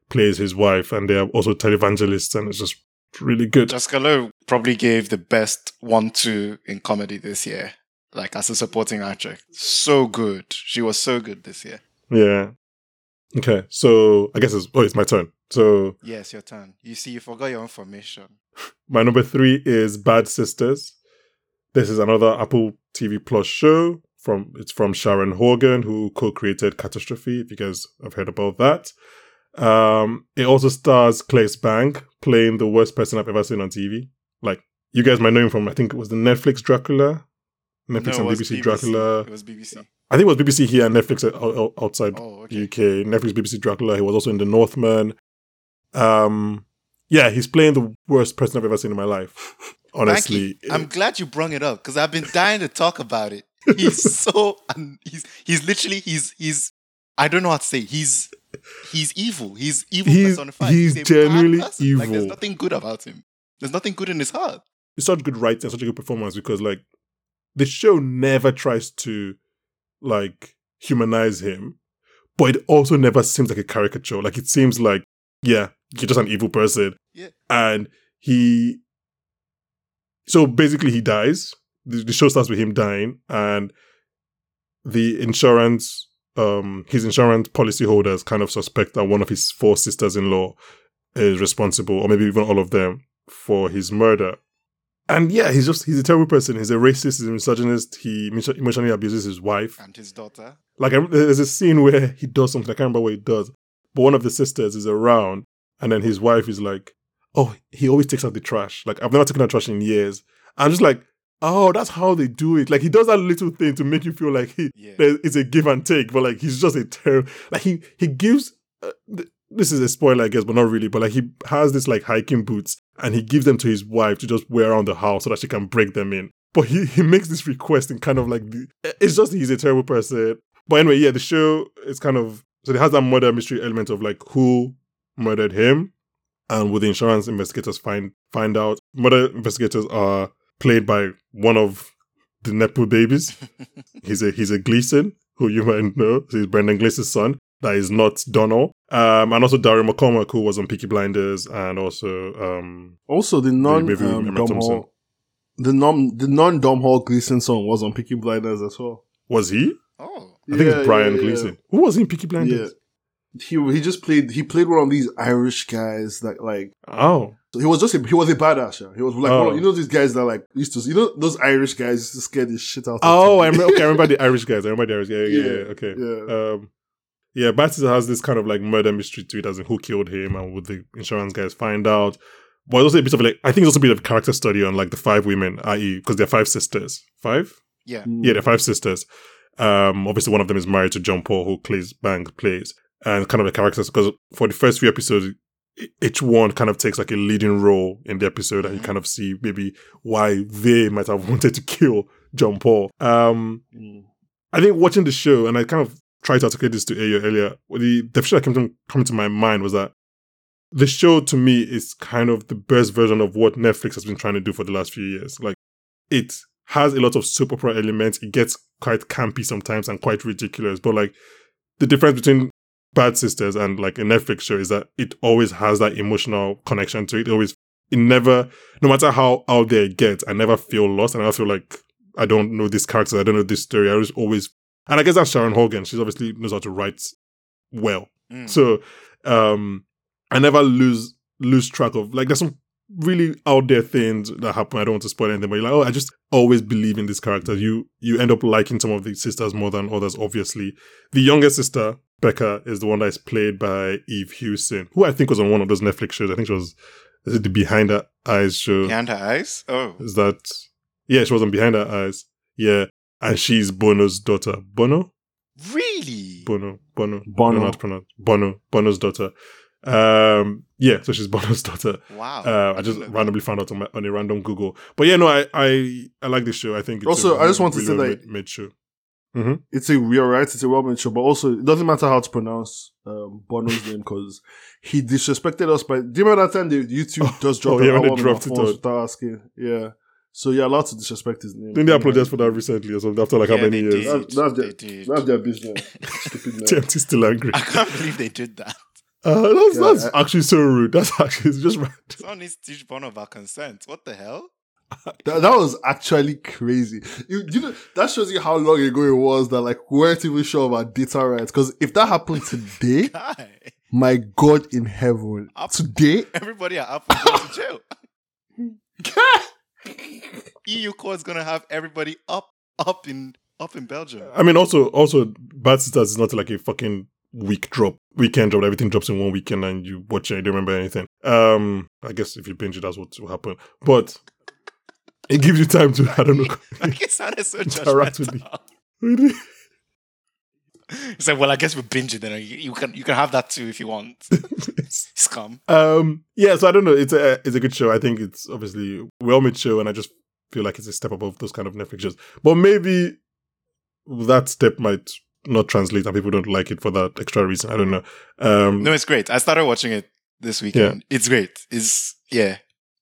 plays his wife, and they are also televangelists, and it's just really good. Jessica Lowe probably gave the best one two in comedy this year, like as a supporting actress. So good. She was so good this year. Yeah. Okay, so I guess it's oh, it's my turn. So Yes, your turn. You see, you forgot your information. My number three is Bad Sisters. This is another Apple TV Plus show from it's from Sharon Horgan, who co-created Catastrophe. If you guys have heard about that, um, it also stars Claes Bank playing the worst person I've ever seen on TV. Like you guys might know him from, I think it was the Netflix Dracula, Netflix No, it and was BBC, Dracula. It was BBC. I think it was BBC here and Netflix o- o- outside Oh, okay. UK. Netflix, BBC Dracula. He was also in The Northman. Um, yeah, he's playing the worst person I've ever seen in my life. [laughs] Thank Honestly, eh, you. I'm glad you brung it up because I've been dying to talk about it. [laughs] He's so un- he's he's literally he's he's I don't know how to say he's he's evil. He's evil He's- personified. he's a bad genuinely person. Like there's evil. nothing good about him. There's nothing good in his heart. it's such good writing, such a good performance because like the show never tries to like humanize him, but it also never seems like a caricature. Like it seems like yeah, you're just an evil person. Yeah. and he so basically he dies. The, the show starts with him dying, and the insurance um his insurance policy holders kind of suspect that one of his four sisters-in-law is responsible, or maybe even all of them, for his murder. And yeah, he's just he's a terrible person. He's a racist, he's a misogynist, he emo- emotionally abuses his wife. And his daughter. Like I, there's a scene where he does something, I can't remember what he does, but one of the sisters is around, and then his wife is like, Oh, he always takes out the trash. Like I've never taken out trash in years. I'm just like, Oh, that's how they do it. Like he does that little thing to make you feel like he Yeah. there- it's a give and take, but like he's just a terrible. Like he he gives. Uh, th- this is a spoiler, I guess, but not really. But like he has this like hiking boots, and he gives them to his wife to just wear around the house so that she can break them in. But he he makes this request in kind of like the, eh, it's just he's a terrible person. But anyway, yeah, the show is kind of so it has that murder mystery element of like who murdered him, and will the insurance investigators find find out? Murder investigators are played by one of the Nepo babies. he's a he's a Gleason, who you might know. So he's Brendan Gleason's son. That is not Donald. Um, and also Daryl McCormack, who was on Peaky Blinders, and also um, Also, the non maybe um, Emma Dom Thompson. Hall, the non the non Dom Hall Gleason song was on Peaky Blinders as well. was he? Oh, I think Yeah, it's Brian yeah, yeah. Gleason. Who was in Peaky Blinders? Yeah. He he just played he played one of these Irish guys that like Oh, so he was just a, he was a badass. yeah. He was like Oh. one of- you know these guys that like used to you know those Irish guys used to scare the shit out. of oh, I [laughs] people. remember. Okay, I remember the Irish guys. I remember the Irish. Yeah, yeah, yeah. yeah, Okay. yeah. Um, yeah, Batista has this kind of like murder mystery to it, as in who killed him and would the insurance guys find out. But it's also a bit of like I think it's also a bit of character study on like the five women, i.e., because they're five sisters. Five? yeah. Yeah, they're five sisters. Um, obviously one of them is married to John Paul, who plays Bang plays, and kind of the characters because for the first few episodes, e- each one kind of takes like a leading role in the episode, and you kind of see maybe why they might have [laughs] wanted to kill John Paul. Um, [laughs] Mm. I think watching the show, and I kind of tried to articulate this to Ayo earlier, the definition that came to, coming to my mind was that the show to me is kind of the best version of what Netflix has been trying to do for the last few years. Like, it has a lot of soap opera elements. It gets quite campy sometimes and quite ridiculous. But, like, the difference between Bad Sisters and, like, a Netflix show is that it always has that emotional connection to it. It always, it never, no matter how out there it gets, I never feel lost and I feel like I don't know this character, I don't know this story. I was always, and I guess that's Sharon Hogan. She obviously knows how to write well. Mm. So um I never lose lose track of like there's some really out there things that happen. I don't want to spoil anything, but you're like, oh, I just always believe in this character. You you end up liking some of the sisters more than others, obviously. The younger sister, Becca, is the one that is played by Eve Houston, who I think was on one of those Netflix shows. I think she was is it the Behind the Eyes show. Behind her eyes. Oh, Is that yeah, she was on Behind Her Eyes. Yeah. And she's Bono's daughter. Bono? really? Bono. Bono. I don't know Bono. how to pronounce Bono, Bono's daughter. Um, yeah, so she's [laughs] Bono's daughter. Wow. Oh, Uh, I just randomly found out on, my, on a random Google, but yeah, no, I I, I like this show. I think it's Also, I I just want to say that- mid show. It's a you're right. It's a well-made show, but also it doesn't matter how to pronounce um, Bono's name because he disrespected us. By do you remember that time the [laughs] YouTube Oh, just dropped oh, yeah, an when they album dropped it on our phones out. without asking? Yeah, so you're allowed to disrespect his name. Didn't they apologize for that recently or something after like how Yeah, many they years? That's, that's, their, They did. that's their business. [laughs] Stupid man. TMT is still [laughs] angry. [laughs] I can't believe they did that. Uh, that's Yeah, that's actually so rude. That's [laughs] actually it's just right. Someone needs to teach Bono about consent. What the hell? That, that was actually crazy. You, you know, that shows you how long ago it was that like we weren't even sure about data rights. Because if that happened today, Guy, my God in heaven, Up- today, [laughs] everybody at Apple goes to jail. [laughs] EU E court's gonna have everybody up, up in, up in Belgium. [laughs] I mean, also also Bad Sisters is not like a fucking week drop, weekend drop. Everything drops in one weekend and you watch it. You don't remember anything. Um, I guess if you binge it, that's what will happen. But it gives you time to [laughs] I don't know. Like it sounded so Interact with judgmental. It's like, well, I guess we're binging then. You, you can you can have that too if you want. Scum. Um, yeah, so I don't know. It's a it's a good show. I think it's obviously well made show, and I just feel like it's a step above those kind of Netflix shows. But maybe that step might not translate, and people don't like it for that extra reason. I don't know. Um, No, it's great. I started watching it this weekend. It's great. It's yeah.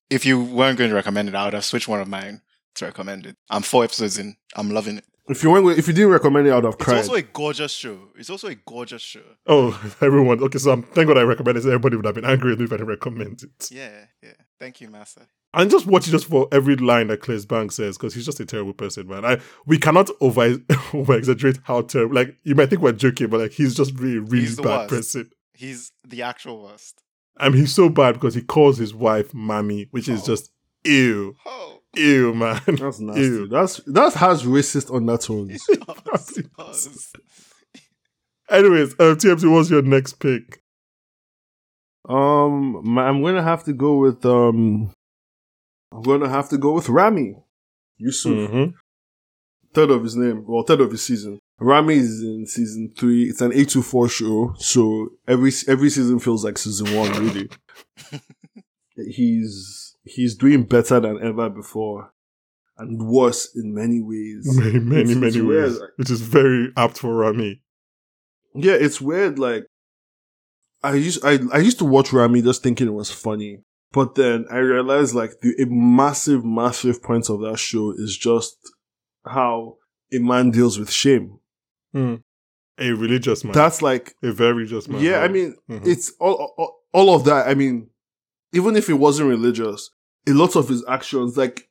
If you weren't going to recommend it, I would have switched one of mine to recommend it. I'm four episodes in. I'm loving it. if you went, if you didn't recommend it, I'd have It's cried. also a gorgeous show. It's also a gorgeous show. Oh, [laughs] everyone. Okay, so um, thank God I recommend it. so Everybody would have been angry with me if I didn't recommend it. Yeah, yeah. Thank you, Master. And just watch it just for every line that Claire's Banks says, because he's just a terrible person, man. I we cannot over [laughs] over exaggerate how terrible. Like you might think we're joking, but like he's just really really He's the bad worst. person. He's the actual worst. I mean, he's so bad because he calls his wife "mammy," which is Oh. just ew, [laughs] Oh, ew, man. [laughs] that's nasty. Ew. That's that has racist undertones. us, us. Anyways, um, TMT, what's your next pick? um, my, I'm gonna have to go with um, I'm gonna have to go with Rami. Yusuf. Mm-hmm. third of his name, well, third of his season. Rami is in season three. It's an eight to four show, so every every season feels like season one. Really, he's he's doing better than ever before, and worse in many ways. Many, many, it's many weird. ways, which is very apt for Rami. Yeah, it's weird. Like, I used I I used to watch Rami just thinking it was funny, but then I realized like the a massive massive point of that show is just how a man deals with shame. A religious man. That's like, a very just man. yeah, I mean, Mhm. it's all, all all of that. I mean, even if it wasn't religious, a lot of his actions, like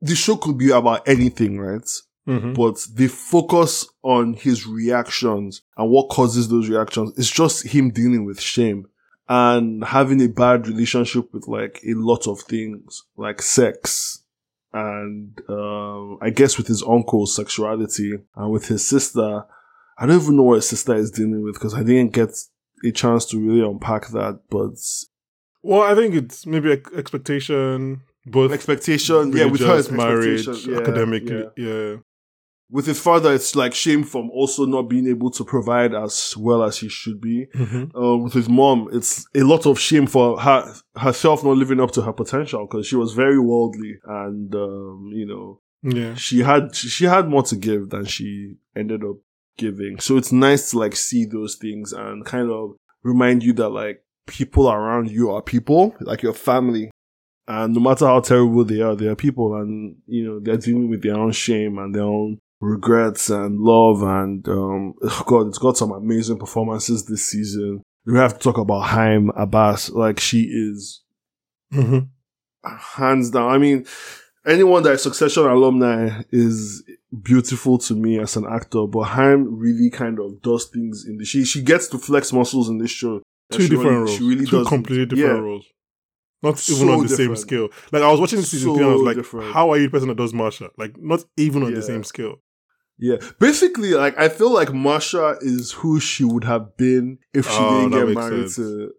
the show could be about anything, right? Mhm. Mm-hmm. But the focus on his reactions and what causes those reactions is just him dealing with shame and having a bad relationship with like a lot of things, like sex. And um, I guess with his uncle's sexuality and with his sister, I don't even know what his sister is dealing with because I didn't get a chance to really unpack that. But Well, I think it's maybe ex- expectation, both expectation, yeah, with her it's religious, marriage, expectation, yeah, academically, yeah. yeah. With his father, it's like shame from also not being able to provide as well as he should be. uh, with his mom, it's a lot of shame for her herself not living up to her potential because she was very worldly and um, you know yeah, she had she had more to give than she ended up giving. So it's nice to like see those things and kind of remind you that like people around you are people, like your family, and no matter how terrible they are, they are people, and you know they're dealing with their own shame and their own regrets and love and um god it's got some amazing performances this season we have to talk about Haim Abbas like she is hmm hands down. I mean, anyone that is Succession alumni is beautiful to me as an actor, but Haim really kind of does things in the she she gets to flex muscles in this show. that two she different really- roles, She really two does completely yeah. different roles, not even So on the same different. scale. Like I was watching season three, and I was So like, different. "How are you the person that does Marsha?" Like not even on the Yeah. same scale. Yeah, basically, like I feel like Marsha is who she would have been if she Oh, didn't that get makes married sense. to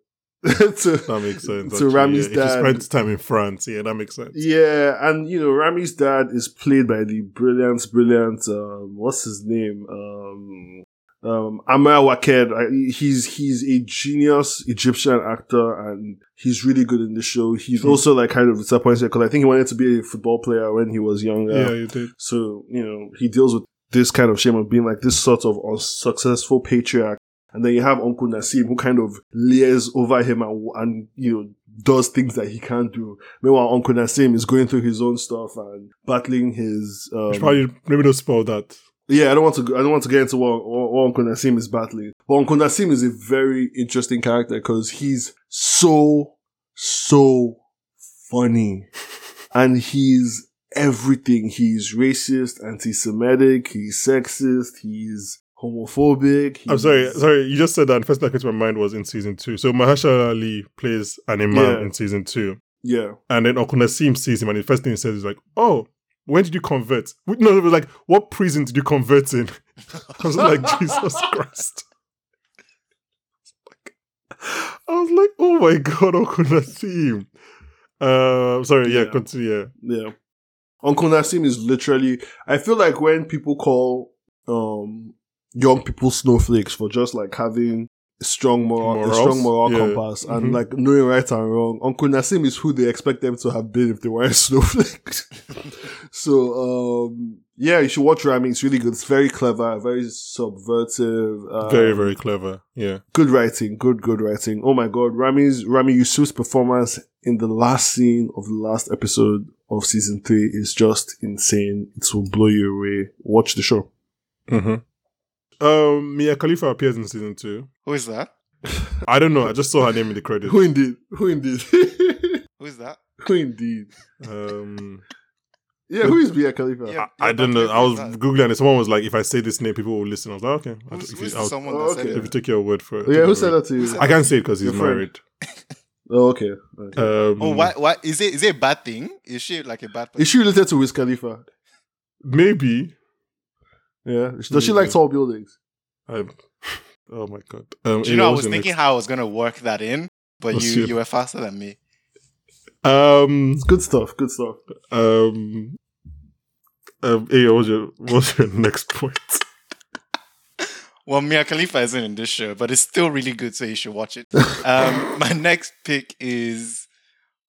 to [laughs] That makes sense. To actually, Rami's yeah. If dad. you spent time in France, yeah, that makes sense. Yeah, and you know, Rami's dad is played by the brilliant, brilliant. Um, what's his name? Um, um, Amar Waked. I, he's he's a genius Egyptian actor, and he's really good in the show. He's Hmm. also like kind of disappointed because I think he wanted to be a football player when he was younger. Yeah, you did. So, you know, he deals with this kind of shame of being like this sort of unsuccessful patriarch. And then you have Uncle Nassim who kind of leers over him and, and, you know, does things that he can't do. Meanwhile, Uncle Nassim is going through his own stuff and battling his, um, You should probably maybe don't spoil that. yeah, I don't want to. go- I don't want to get into what, what, what Uncle Nassim is battling. But Uncle Nassim is a very interesting character because he's so so funny, and he's everything. He's racist, anti-Semitic. He's sexist. He's homophobic. I'm he's- sorry, sorry. You just said that. The first thing that came to my mind was in season two. So Mahershala Ali plays an imam Yeah. in season two, Yeah, and then Okunasim sees him, and the first thing he says is like, "Oh, when did you convert?" We- No, it was like, "What prison did you convert in?" [laughs] I was like, "Jesus Christ!" I was like, "Oh my God, Okunasim." Uh, sorry, yeah, Yeah. continue. Yeah. yeah. Uncle Nassim is literally. I feel like when people call um young people snowflakes for just like having strong moral, a Morals? strong moral Yeah. compass and Mhm. like knowing right and wrong. Uncle Nassim is who they expect them to have been if they weren't [laughs] snowflakes. so um yeah, you should watch Rami. It's really good. It's very clever, very subversive. Um, very, very clever. Yeah, good writing, good, good writing. Oh my god, Rami's Rami Yusuf's performance in the last scene of the last episode of season three is just insane. It will blow you away. Watch the [laughs] show. mm-hmm. um, Mia Khalifa appears in season two. Who is that? I don't know. I just saw her name in the credits. Who Oh, indeed? [laughs] Who indeed? Who is that? who indeed? Um, Yeah, who is Mia Khalifa? Yeah. I don't know. Dr. I was Who's that? googling and someone was like, "If I say this name, people will listen." I was like, "Okay." I'll- Who's, if, who's you, the I'll- someone Oh, that said okay. if you it? take your word for it, [laughs] Yeah, take who your said word. that to [laughs] you? I can't say it because he's Your friend. married. Oh, okay. okay. Um, Oh, why? Why is it? Is it a bad thing? Is she like a bad Is person? she related to Wiz Khalifa? Maybe. Yeah. Does she like Mm. tall buildings? I, um, [laughs] oh my god. Um, Do you know, anyway, I was what's thinking your how I was gonna work that in, but Let's you see if- you were faster than me. next? um, It's good stuff. Good stuff. um, um, hey, what's your what's your [laughs] next point? Well, Mia Khalifa isn't in this show, but it's still really good, so you should watch it. Um, my next pick is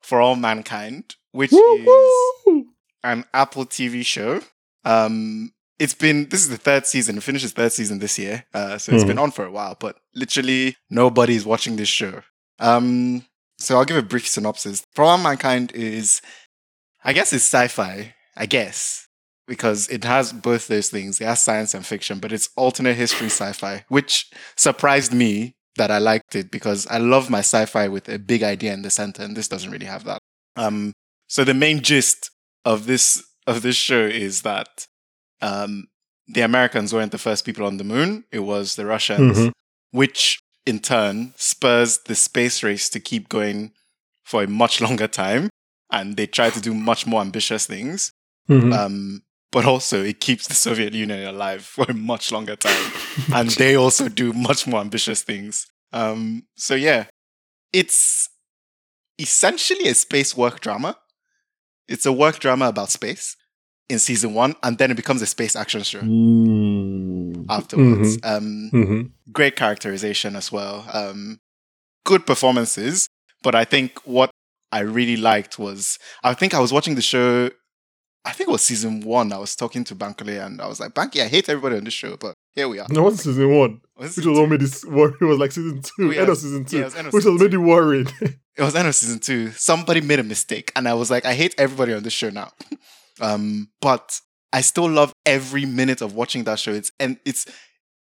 For All Mankind, which is Woo-hoo! an Apple TV show. Um, it's been this is the third season. It finished its third season this year, uh, so it's Mhm. been on for a while. But literally nobody's watching this show. Um, so I'll give a brief synopsis. For All Mankind is, I guess, it's sci-fi. I guess because it has both those things. It has science and fiction, but it's alternate history sci-fi, which surprised me that I liked it because I love my sci-fi with a big idea in the center, and this doesn't really have that. Um, so the main gist of this of this show is that um, the Americans weren't the first people on the moon; it was the Russians, Mhm. which in turn spurs the space race to keep going for a much longer time, and they try to do much more ambitious things um, but also it keeps the Soviet Union alive for a much longer time, and they also do much more ambitious things. Um, so yeah, it's essentially a space work drama. It's a work drama about space in season one, and then it becomes a space action show Mm. afterwards. Um, hmm great characterization as well. Um, good performances, but I think what I really liked was I think I was watching the show. I think it was season one. I was talking to Bankole and I was like, Banky, I hate everybody on this show, but here we are. That was season one, Was it, which was what made this worry. It was like season two, We Hmm, end are- of season two, Oh, yeah, it was end of which season was maybe worried. it was end of season two. Somebody made a mistake, and I was like, I hate everybody on this show now. [laughs] um, but I still love every minute of watching that show. It's and it's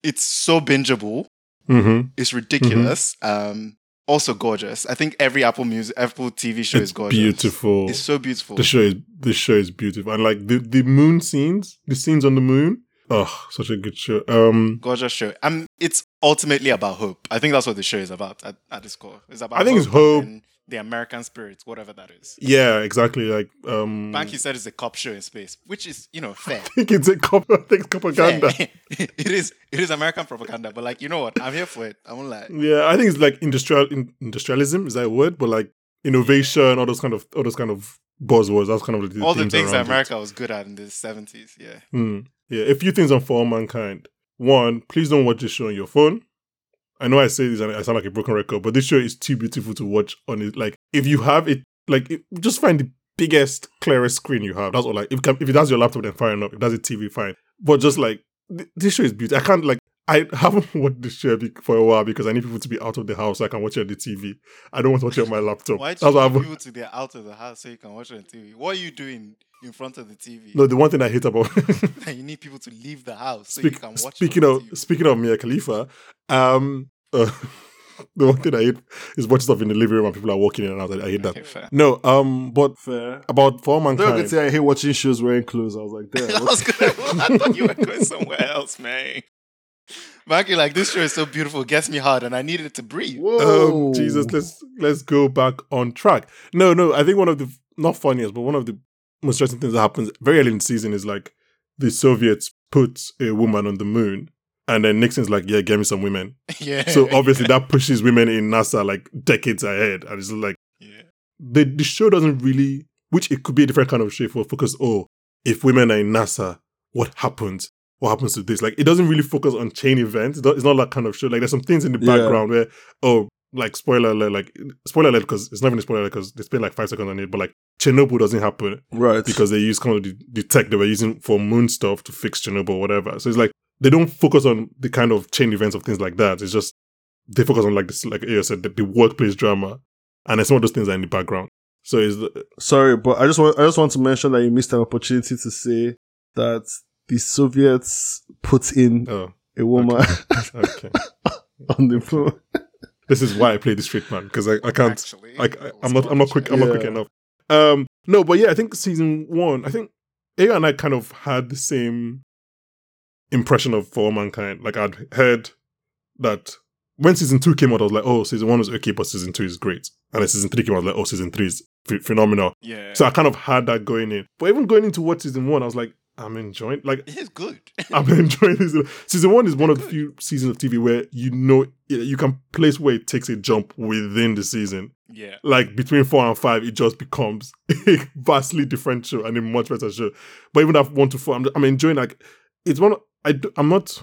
it's so bingeable. mm-hmm. It's ridiculous. Um, also gorgeous. I think every Apple music, Apple TV show It's is gorgeous. beautiful. It's so beautiful. the show is the show is beautiful, and like the the moon scenes, the scenes on the moon. Oh, such a good show. Um, gorgeous show. Um, it's ultimately about hope. I think that's what the show is about at, at its core. It's about. I think it's hope. and the American spirit, whatever that is. yeah, exactly. Like, um, [laughs] Banky said it's a cop show in space, which is you know fair. I think it's a cop. I think it's propaganda. Fair. [laughs] it is it is American propaganda, but like you know what? I'm here for it. I won't lie. Yeah, I think it's like industrial in, industrialism is that a word, but like innovation, all those kind of all those kind of buzzwords. That's kind of like the All the themes things around it. that America was good at in the seventies, yeah. Hmm. Yeah, a few things on For All Mankind. One, please don't watch this show on your phone. I know I say this and I sound like a broken record, but this show is too beautiful to watch on it. Like, if you have it, like, it, just find the biggest, clearest screen you have. That's all. Like, if, it can- if that's your laptop, then fine enough. If that's a TV, fine. But just like, th- this show is beautiful. I can't, like, I haven't [laughs] watched this show be- for a while because I need people to be out of the house so I can watch it on the TV. I don't want to watch it on my laptop. Why That's do you what want I've people to get out of the house so you can watch it on TV? What are you doing in front of the TV? No, the one thing I hate about [laughs] [laughs] you need people to leave the house so you Speak- can watch it on speaking of [laughs] TV. speaking of Mia Khalifa, um, uh, [laughs] the one thing I hate is watching stuff in the living room and people are walking in and out. I, I hate that. Okay, fair. No, um, but Fair. about for They were gonna mankind, say I hate watching shows wearing clothes. I was like, [laughs] I damn. was What? gonna, I thought you [laughs] were going somewhere else, man. Banky, like this show is so beautiful, it gets me hard, and I needed to breathe. Whoa. um, Jesus, let's let's go back on track. No, no, I think one of the not funniest, but one of the most interesting things that happens very early in the season is like the Soviets put a woman on the moon, and then Nixon's like, "Yeah, get me some women." [laughs] yeah. [laughs] So obviously that pushes women in NASA like decades ahead, and it's like. yeah. the, the show doesn't really, which it could be a different kind of show for focus. Oh, if women are in NASA, what happens? What happens to this? Like, it doesn't really focus on chain events. It's not, it's not that kind of show. Like, there's some things in the Yeah. background where, oh, like spoiler alert, like spoiler alert because it's not even a spoiler because they spend like five seconds on it. But like Chernobyl doesn't happen Right. because they use kind of the, the tech they were using for moon stuff to fix Chernobyl or whatever. So it's like they don't focus on the kind of chain events of things like that. It's just they focus on like this, like you said, the, the workplace drama, and then some of those things are in the background. So it's Sorry, but I just want I just want to mention that you missed an opportunity to say that the Soviets put in oh a woman [laughs] okay. [laughs] on the floor. this is why I play the straight man because I, I can't Actually, like I, it was I'm not I'm not quick I'm not quick Yeah. enough. Um no, but yeah, I think season one, I think A and I kind of had the same impression of For All Mankind. Like I'd heard that when season two came out, I was like, oh, season one was okay, but season two is great. And then season three came out, I was like, oh, season three is ph- phenomenal. Yeah. So I kind of had that going in. But even going into what season one, I was like, I'm enjoying like [laughs] It's good. [laughs] I'm enjoying this. Season one is one of the few seasons of TV where you know you can place where it takes a jump within the season yeah. like between four and five, it just becomes [laughs] a vastly different show and a much better show. But even at one to four, I'm, I'm enjoying like it's one. I do, I'm not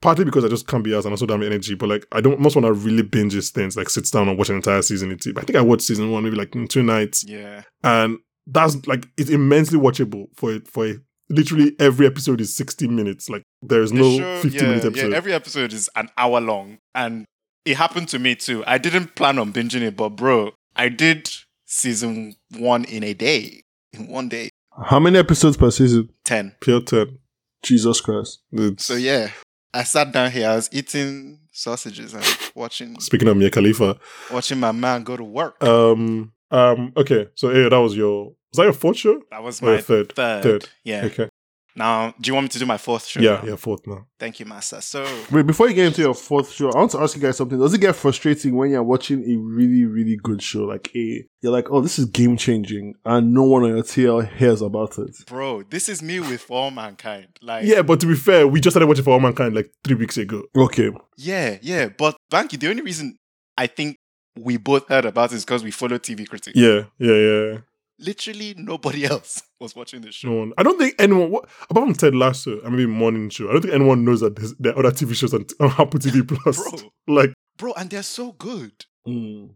partly because I just can't be asked and also don't have energy. But like I don't most want to really binge these things. Like sits down and watch an entire season. It's, I think I watched season one maybe like in two nights, Yeah. and that's like it's immensely watchable for it for a, literally every episode is 60 minutes. Like there is The no show- 50 minute episode. every episode is an hour long, and it happened to me too. I didn't plan on binging it, but bro, I did season one in a day, in one day. How many episodes per season? ten. Pure 10. Jesus Christ. It's- So yeah, I sat down here. I was eating sausages and watching Speaking of Mia Khalifa, watching my man go to work. um, um, okay, so yeah, that was your, was that your fourth show? that was Or my your uh, third? third. Third. Yeah. Okay. Now, do you want me to do my fourth show? Yeah, now? yeah, fourth now. Thank you, master. So Wait, before you get into your fourth show, I want to ask you guys something. Does it get frustrating when you're watching a really, really good show? Like a you're like, oh, this is game changing and no one on your TL hears about it. bro, this is me with all mankind. Like Yeah, but to be fair, we just started watching For All Mankind like three weeks ago. Okay. yeah, yeah. But Banky, the only reason I think we both heard about it is because we follow TV critics. Yeah, yeah, yeah. Literally nobody [laughs] else was watching this show. No one. I don't think anyone. What, apart from Ted Lasso, I mean morning show. I don't think anyone knows that there's, there are other TV shows on, on Apple TV Plus. Bro, Like bro, and they're so good. Mm.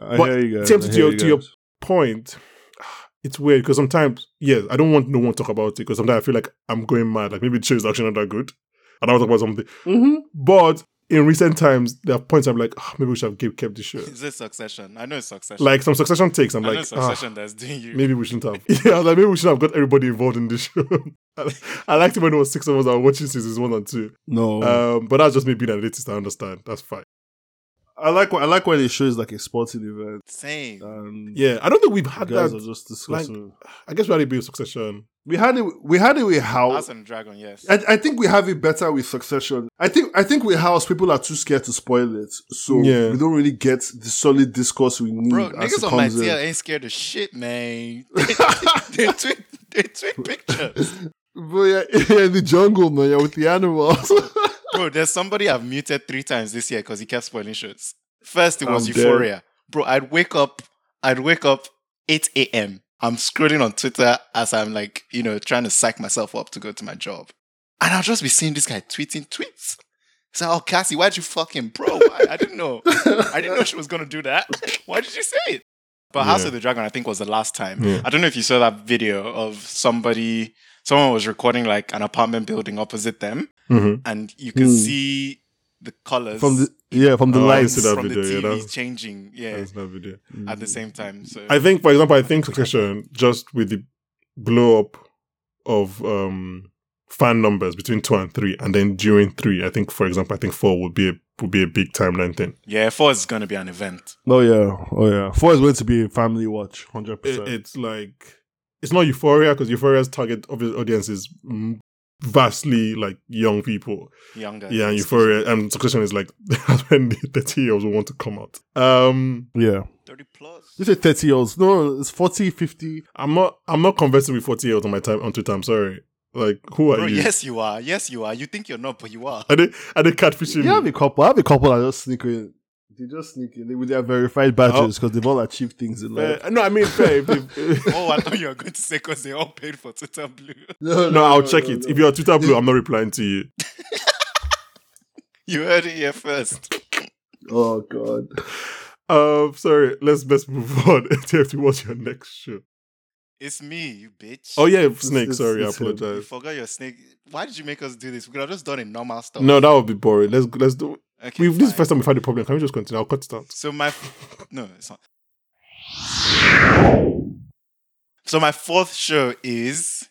I But hear you guys. Tim, I to hear your- you to your- guys. point, [sighs] it's weird because sometimes, yes, I don't want no one to talk about it because sometimes I feel like I'm going mad. Like maybe the show is actually not that good, and I want to talk about something. Mhm. But in recent times, there are points I'm like, "Ah, maybe we should have kept- kept this [laughs] show. Is it Succession? I know it's Succession. Like some Succession takes, I'm I know like, "Ah, Succession that's doing you. maybe we shouldn't have. Yeah, [laughs] I was like maybe we should have got everybody involved in this show. [laughs] I, I liked it when it was six of us that were watching seasons one and two. No. Um, but that's just me being an elitist. I understand. That's fine. I like I like when the show is like a sporting event. Same. uh, And Yeah, I don't think we've had you guys that. are just discussing. I guess we had a bit of succession. we had it we had it with House House. and Dragon, yes. I, I think we have it better with succession. I think I think with house people are too scared to spoil it, so Yeah. we don't really get the solid discourse we need. Bro, as niggas it on my comes in. TL ain't scared of [laughs] shit, man. they tweet they tweet pictures. Bro, yeah, [laughs] yeah, in the jungle, man. You're with the animals. Bro, there's somebody I've muted three times this year because he kept spoiling shows. First it was I'm dead. Euphoria. Bro, I'd wake up, I'd wake up 8 a.m. I'm scrolling on Twitter as I'm like, you know, trying to psych myself up to go to my job. And I'll just be seeing this guy tweeting tweets. So, oh Cassie, why'd you fucking bro? I, I didn't know. I didn't know she was gonna do that. [laughs] Why did you say it? But House Yeah. of the Dragon, I think, was the last [laughs] time. Yeah. I don't know if you saw that video of somebody, someone was recording like an apartment building opposite them, Mm-hmm. and you could Hmm. see the colors [laughs] from the yeah, from the Oh, I lights. see that from video, yeah, the TV that's- changing, yeah, video. at the same time. So I think, for example, I think succession just with the blow up of um, fan numbers between two and three, and then during three, I think, for example, I think four would be a, would be a big timeline thing. yeah, four is gonna be an event. Oh yeah, oh yeah. Four is going to be a family watch, hundred it, percent. it's like it's not euphoria because euphoria's target of his audience is mm, vastly like young people Younger, yeah and euphoria and succession is like [laughs] that's when the 30 year olds will want to come out um Yeah, thirty plus. you say thirty year olds. No, it's 40, 50. i'm not i'm not conversing with 40 year olds on my time on twitter i'm sorry like who are Bro, you yes, you are. Yes, you are. You think you're not, but you are. are they are they catfishing You have me? a couple. I have a couple that just sneak in. They just sneak in with their verified badges because they've all achieved things in life. Fair. no i mean fair if [laughs] they- oh, I thought you were going to say because they all paid for Twitter Blue. no i'll check [laughs] it if you're on twitter blue i'm not replying to you [laughs] You heard it here first. Oh god. um sorry let's let's move on [laughs] tft what's your next show It's me, you bitch. oh yeah snake it's- sorry it's i him. apologize You forgot your snake. Why did you make us do this? We could have just done a normal stuff. No, that would be boring. Let's let's do. We okay, this is the fine. first time we've had a problem. Can we just continue? I'll cut it out. So my f- no, it's not. So my fourth show is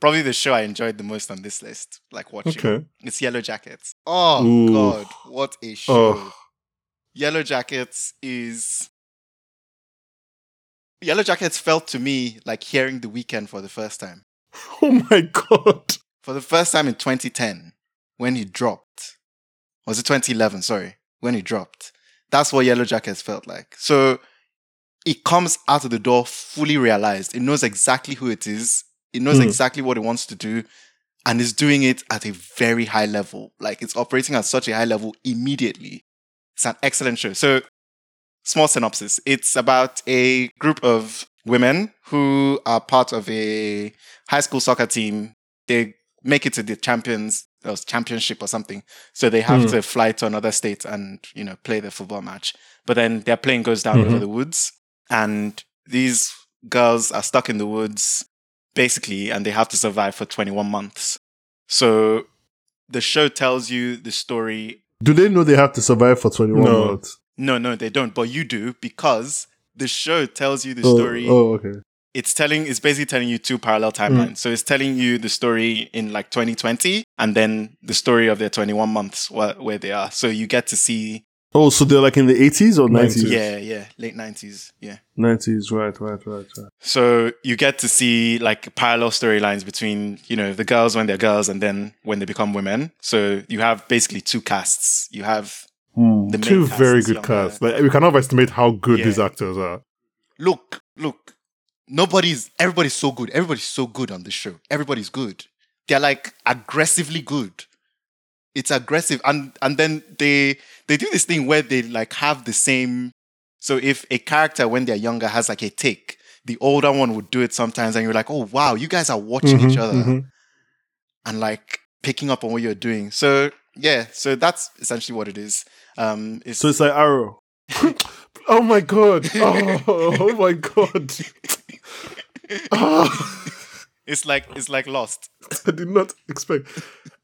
probably the show I enjoyed the most on this list. Like watching, Okay. [laughs] it's Yellow Jackets. Oh Ooh. God, what a show! Oh, Yellow Jackets is. Yellow Jackets felt to me like hearing the weekend for the first time. oh my god. for the first time in 2010 when he dropped was it 2011 sorry when he dropped that's what yellow jackets felt like so it comes out of the door fully realized it knows exactly who it is it knows Mhm. exactly what it wants to do and is doing it at a very high level like it's operating at such a high level immediately it's an excellent show so small synopsis it's about a group of women who are part of a high school soccer team they make it to the champions or championship or something. So they have Hmm. to fly to another state and you know play the football match. But then their plane goes down Mhm. over the woods, and these girls are stuck in the woods basically, and they have to survive for 21 months. So the show tells you the story Do they know they have to survive for 21 No. months? no, no, they don't. But you do because the show tells you the Oh, story Oh, okay. it's telling it's basically telling you two Mm. parallel timelines. So it's telling you the story in like 2020 and then the story of their 21 months where, where they are. So you get to see Oh, so they're like in the 80s or 90s? Yes. yeah, yeah, late 90s, yeah. 90s, right, right, right, right. So you get to see like parallel storylines between, you know, the girls when they're girls and then when they become women. So you have basically two casts. You have the main Hmm. Two cast very is good younger. casts. Like we can overestimate how good Yeah. these actors are. Look, look. Nobody's everybody's so good. Everybody's so good on this show. Everybody's good. They're like aggressively good. It's aggressive. And and then they they do this thing where they like have the same so if a character when they're younger has like a tick, the older one would do it sometimes and you're like, oh wow, you guys are watching each Mm-hmm, other. and like picking up on what you're doing. So yeah, so that's essentially what it is. Um, it's, So it's like Arrow. Oh my [laughs] god! Oh, oh my god! [laughs] Oh, it's like it's like Lost. I did not expect.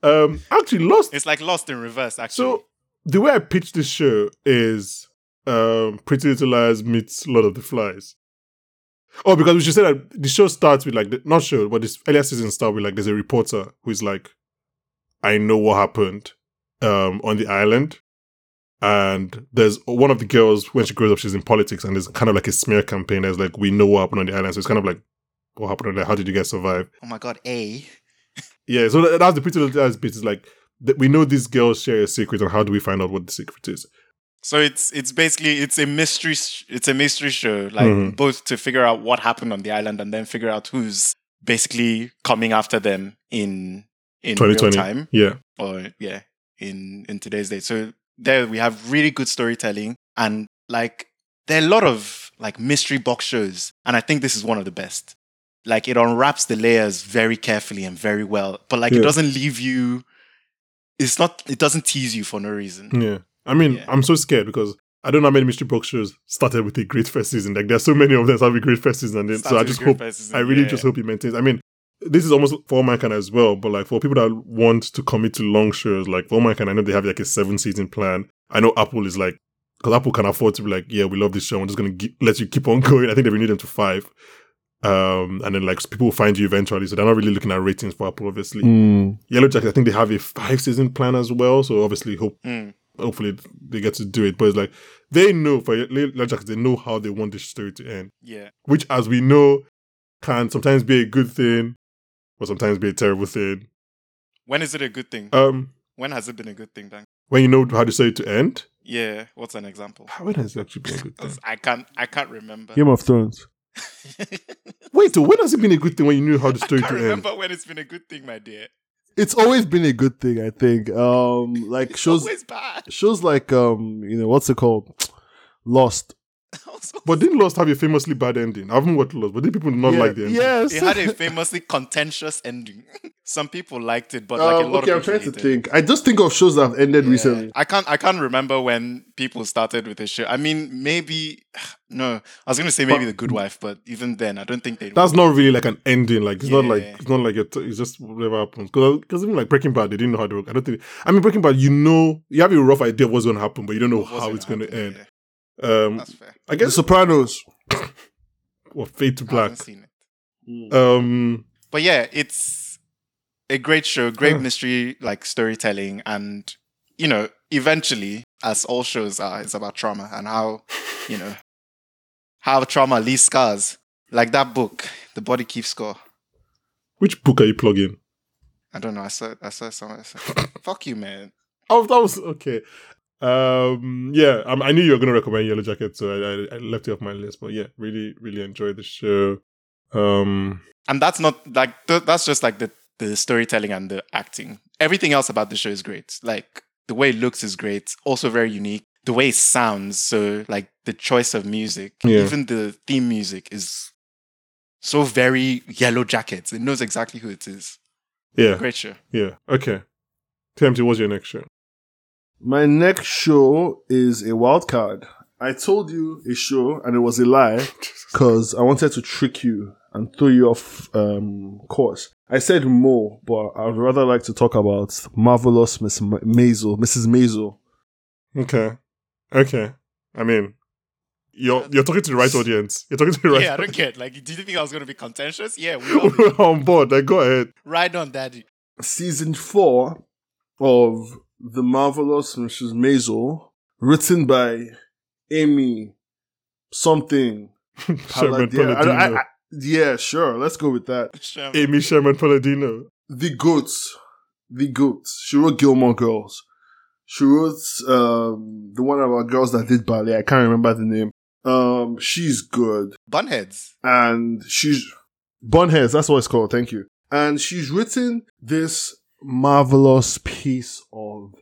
Um, actually, lost. It's like Lost in reverse. Actually, So the way I pitch this show is um, Pretty Little Liars meets Lord of the Flies. Oh, because we should say that the show starts with like the, not show, but this earlier season start with like there's a reporter who's like, I know what happened um, on the island, and there's one of the girls when she grows up she's in politics, and there's kind of like a smear campaign. There's like we know what happened on the island, so it's kind of like what happened on the how did you guys survive? oh my god, A. Yeah, so that- that's the pretty little lies bit. It's like that we know these girls share a secret, and how do we find out what the secret is? So it's it's basically it's a mystery sh- it's a mystery show like Mhm. both to figure out what happened on the island and then figure out who's basically coming after them in in Twenty real twenty. time. Yeah. or yeah, in in today's day. So there we have really good storytelling and like there are a lot of like mystery box shows and I think this is one of the best. Like it unwraps the layers very carefully and very well, but like it Yeah. doesn't leave you it's not it doesn't tease you for no reason. Yeah. I mean, Yeah. I'm so scared because I don't know how many mystery box shows started with a great first season. Like there's so many of them that have a great first season and then, Starts so I with just Great hope Places I and- really yeah. just hope it maintains. I mean, this is almost for All mankind as well, but like for people that want to commit to long shows, like for All mankind, I know they have like a seven season plan. I know Apple is like because Apple can afford to be like, yeah, we love this show. I'm just gonna gi- let you keep on [laughs] going. I think they renewed them to five, um, and then like people will find you eventually. So they're not really looking at ratings for Apple, obviously. Mm. Hmm. Yellow Jacket, I think they have a five season plan as well. So obviously, hope Mm. hopefully they get to do it. But it's like they know for Yellow Jacket, they know how they want this story to end Yeah. which, as we know, can sometimes be a good thing, or sometimes be a terrible thing. When is it a good thing? Um, when has it been a good thing then? when you know how to say it to end, Yeah, what's an example? Ah, when has it actually been a good thing? 'Cause I can't I can't remember. Game of Thrones. [laughs] Wait, so when has it been a good thing when you knew how the [laughs] I story can't to end? remember when it's been a good thing, my dear. It's always been a good thing, I think. Um, like It's shows, always bad. [laughs] shows like um, you know, what's it called? Lost. Also- But didn't Lost have a famously bad ending? I haven't watched Lost, but did people not yeah. like the ending? Yes. [laughs] It had a famously contentious ending. [laughs] Some people liked it, but Uh, like a Um, lot okay, of I'm people trying to hated it. think. I just think of shows that have ended Yeah. recently. I can't. I can't remember when people started with this show. I mean, maybe [sighs] no. I was gonna say maybe But- the Good Wife, but even then, I don't think they. That's not really like an ending. Like it's not Yeah. like it's not like it- it's just whatever happens. Because even like Breaking Bad, they didn't know how to. I don't think. I mean, Breaking Bad, you know, you have a rough idea of what's going to happen, but you don't know what was how it's going to happen. end. Yeah, Um, that's fair. I The guess Sopranos. or Fade to I haven't Black. seen it. Um, But yeah, it's a great show, great Yeah. mystery like storytelling, and you know, eventually, as all shows are, it's about trauma and how you know [laughs] how trauma leaves scars. Like that book, The Body Keeps Score. Which book are you plugging? I don't know. I saw. I saw someone. I said, Fuck you, man. Oh, that was okay. Um, yeah, I, I knew you were going to recommend Yellow Jacket, so I, I, I left it off my list. But yeah, really, really enjoyed the show. Um, And that's not like th- that's just like the the storytelling and the acting. Everything else about the show is great. Like the way it looks is great. Also very unique. The way it sounds. So like the choice of music, Yeah. even the theme music is so very Yellow Jackets. It knows exactly who it is. yeah, Great show. yeah, okay. TMT, what's your next show? My next show is a wild card. I told you a show and it was a [laughs] lie because I wanted to trick you and throw you off um, course. I said more, but I'd rather like to talk about Marvelous Miss Ma- Maisel, Mrs. Maisel. Okay, okay. I mean, Uh, You're you're talking to the right audience. You're talking to the right. Yeah, I don't care. Like, did you think I was going to be contentious? Yeah, [laughs] we love it. We're on board. Like, go [laughs] ahead. Ride on, daddy. season four of The Marvelous Mrs. Maisel, written by Amy something. Sherman Palladio. I don't- I- Palladino. I- yeah, sure. Let's go with that. Sure. Amy Sherman Palladino. The Goats. The Goats. She wrote Gilmore Girls. She wrote um, the one of our girls that did ballet. I can't remember the name. Um, she's good. Bunheads. and she's Bunheads, that's what it's called, thank you. And she's written this marvelous piece of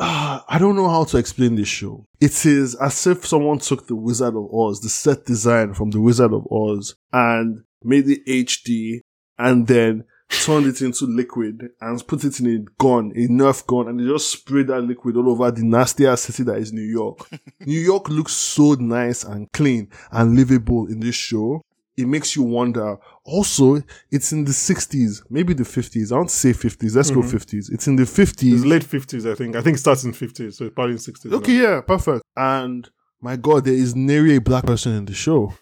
Ah, I don't know how to explain this show. It is as if someone took the Wizard of Oz, the set design from the Wizard of Oz, and made it HD and then turned it into liquid and put it in a gun, a Nerf gun, and they just sprayed that liquid all over the nastiest city that is New York. New York looks so nice and clean and livable in this show. It makes you wonder. Also, it's in the 60s, maybe the 50s. I don't say 50s. Let's Mhm. go 50s. It's in the 50s. It's late fifties, I think. I think it starts in fifties, so it's probably in sixties. now. Okay, yeah, perfect. And my God, there is nearly a black person in the show.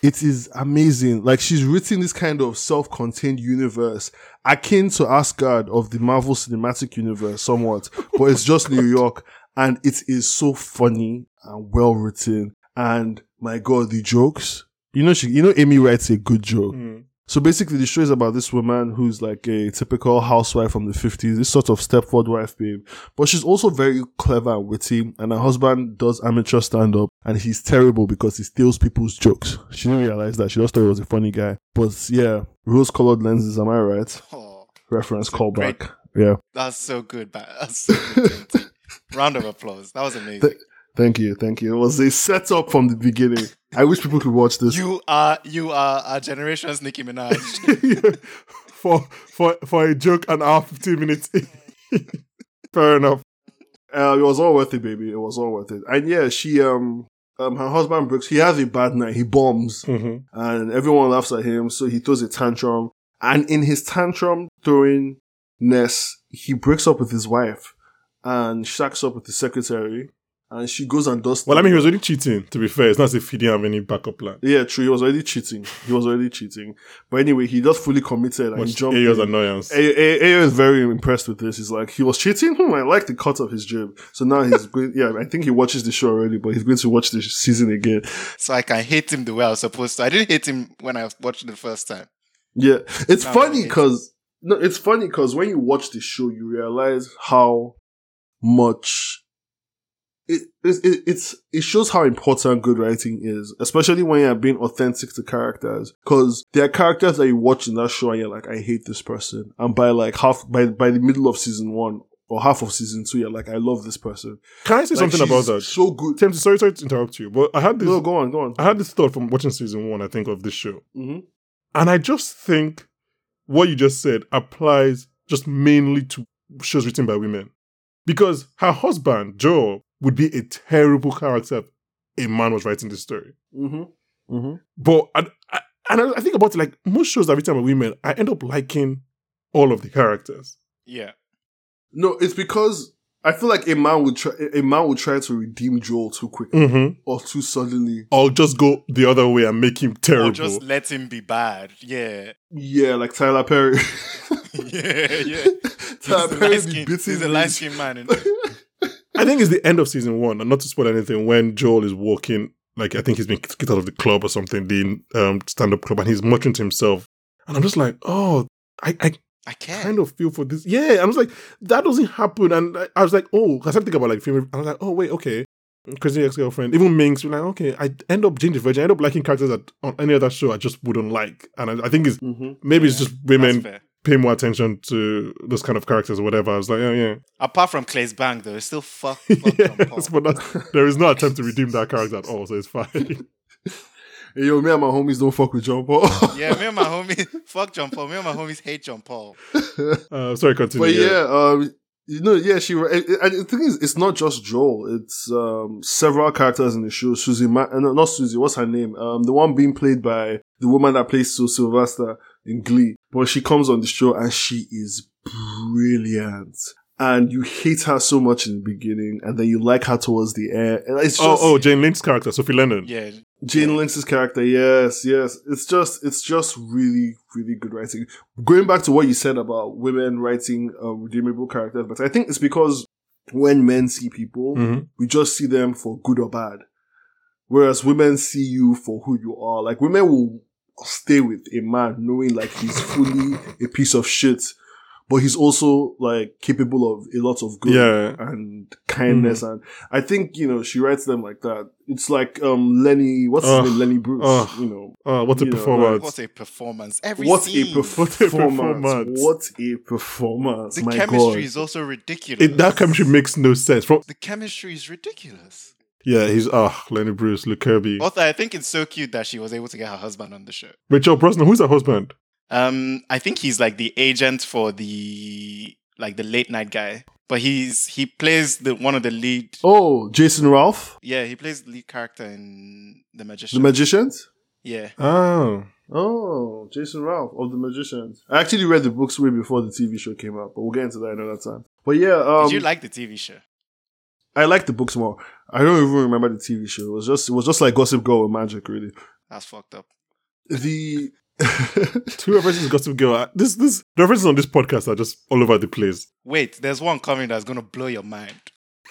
It is amazing. Like she's written this kind of self-contained universe akin to Asgard of the Marvel Cinematic Universe, somewhat, but it's just New York, and it is so funny and well written. And my God, the jokes. You know, she, you know, Amy writes a good joke. Mm. So basically, the show is about this woman who's like a typical housewife from the 50s, this sort of stepford wife babe. But she's also very clever and witty, and her husband does amateur stand up, and he's terrible because he steals people's jokes. She didn't realize that. She just thought he was a funny guy. But yeah, rose colored lenses, am I right? Oh, Reference It's a great- callback. Yeah. that's so good. ba- That's so good. Timothy. Round of applause. That was amazing. Thank you. Thank you. It was a setup from the beginning. I wish people could watch this. You are you are our generation's Nicki [laughs] Minaj. Yeah. for for for a joke an hour fifteen minutes. [laughs] Fair enough. [laughs] Uh, it was all worth it, baby. It was all worth it. And yeah, she, um, um, her husband Brooks, he has a bad night. He bombs. Mhm. and everyone laughs at him. So he throws a tantrum, and in his tantrum throwing ness, he breaks up with his wife and shacks up with the secretary, and she goes and does. Well, I mean, he was already cheating. To be fair, it's not as if he didn't have any backup plan. yeah, true. He was already cheating. He was already cheating. But anyway, he just fully committed and he Much jumped. Ayo's in. annoyance. A- A- Ayo is very impressed with this. He's like, he was cheating. Hmm, I like the cut of his jib. So now he's [laughs] going. Yeah, I think he watches the show already, but he's going to watch the season again. so I can hate him the way I was supposed to. I didn't hate him when I watched it the first time. Yeah, it's No, funny it's- because no, it's funny because when you watch the show, you realize how much it, it, it it's it shows how important good writing is, especially when you're being authentic to characters. Because there are characters that you watch in that show and you're like, I hate this person, and by like half by by the middle of season one or half of season two, you're like, I love this person. Can I say Like, something about she's that? So good. Tim, sorry, sorry to interrupt you, but I had this. No, go on, go on. I had this thought from watching season one. I think of this show, hmm and I just think what you just said applies just mainly to shows written by women, because her husband Joe would be a terrible character if a man was writing this story. hmm hmm But and, I- and I think about it, like most shows that are written by women, I end up liking all of the characters. Yeah. No, it's because. I feel like a man would try. A man would try to redeem Joel too quickly. Mm-hmm. or too suddenly. Or just go the other way and make him Or terrible. just let him be bad. Yeah. Yeah, like Tyler Perry. [laughs] Yeah, [laughs] yeah. [laughs] Tyler He's a Perry light be skin- biting he's a me. light skinned man. in- I think it's the end of season one, and not to spoil anything, when Joel is walking, like I think he's been kicked out of the club or something, the um, stand-up club, and he's muttering to himself. And I'm just like, oh, I, I I can't. kind of feel for this. Yeah, I was like, that doesn't happen. And I, I was like, oh, 'cause I started thinking about like favorite. I was like, oh wait, okay. Crazy ex-girlfriend, even Minx, we're like, okay, I end up Jane the Virgin, I end up liking characters that on any other show I just wouldn't like. And I, I think it's Mhm. maybe it's Yeah, just That's women fair. pay more attention to those kind of characters or whatever. I was like, oh yeah. Apart from Clay's bang though, it's still fuck, [laughs] fuck yes, from Paul. but that, there is no attempt to redeem that character at all, so it's fine. Hey, Yo, me and my homies don't fuck with John Paul. [laughs] [laughs] Yeah, me and my homies fuck John Paul. Me and my homies hate John Paul. Uh, sorry, continue. but yeah, um, you know, yeah, she. And and the thing is, it's not just Joel. It's um several characters in the show. Susie, Ma- uh, no, not Susie. What's her name? Um, the one being played by the woman that plays Sue Sylvester in Glee. But she comes on the show and she is brilliant. and you hate her so much in the beginning, and then you like her towards the end. And It's oh, just oh, Jane Lynch's character, Sophie Lennon. Yeah, Jane Lynch's character. Yes, yes. It's just, it's just really, really good writing. Going back to what you said about women writing uh, redeemable characters, but I think it's because when men see people, Mhm. we just see them for good or bad. Whereas women see you for who you are. Like women will stay with a man knowing like he's fully a piece of shit, but he's also like capable of a lot of good Yeah. Hmm. and kindness. And I think, you know, she writes them like that. It's like, um, Lenny, what's his Ugh. name? Lenny Bruce, Ugh. you know. Oh, what a You know, performance. what a performance! Every What a, scene. What a performance. performance. What a performance. the My chemistry God. is also ridiculous. it, that chemistry makes no sense. From The chemistry is ridiculous. yeah, he's ah Lenny Bruce, Luke Kirby, Also, I think it's so cute that she was able to get her husband on the show. Rachel Brosnan. Who's her husband? Um, I think he's like the agent for the like the late night guy, but he's he plays the one of the lead. Oh, Jason Ralph, Yeah, he plays the lead character in The Magician. the magicians. yeah, Oh, Oh, Jason Ralph of The Magicians. I actually read the books way before the TV show came out, but we'll get into that another time. But yeah, um, did you like the TV show? I like the books more. I don't even remember the TV show. It was just it was just like Gossip Girl with magic, really. That's fucked up. The [laughs] two references got to go. This this the references on this podcast are just all over the place. [laughs] Wait, there's one coming that's gonna blow your mind.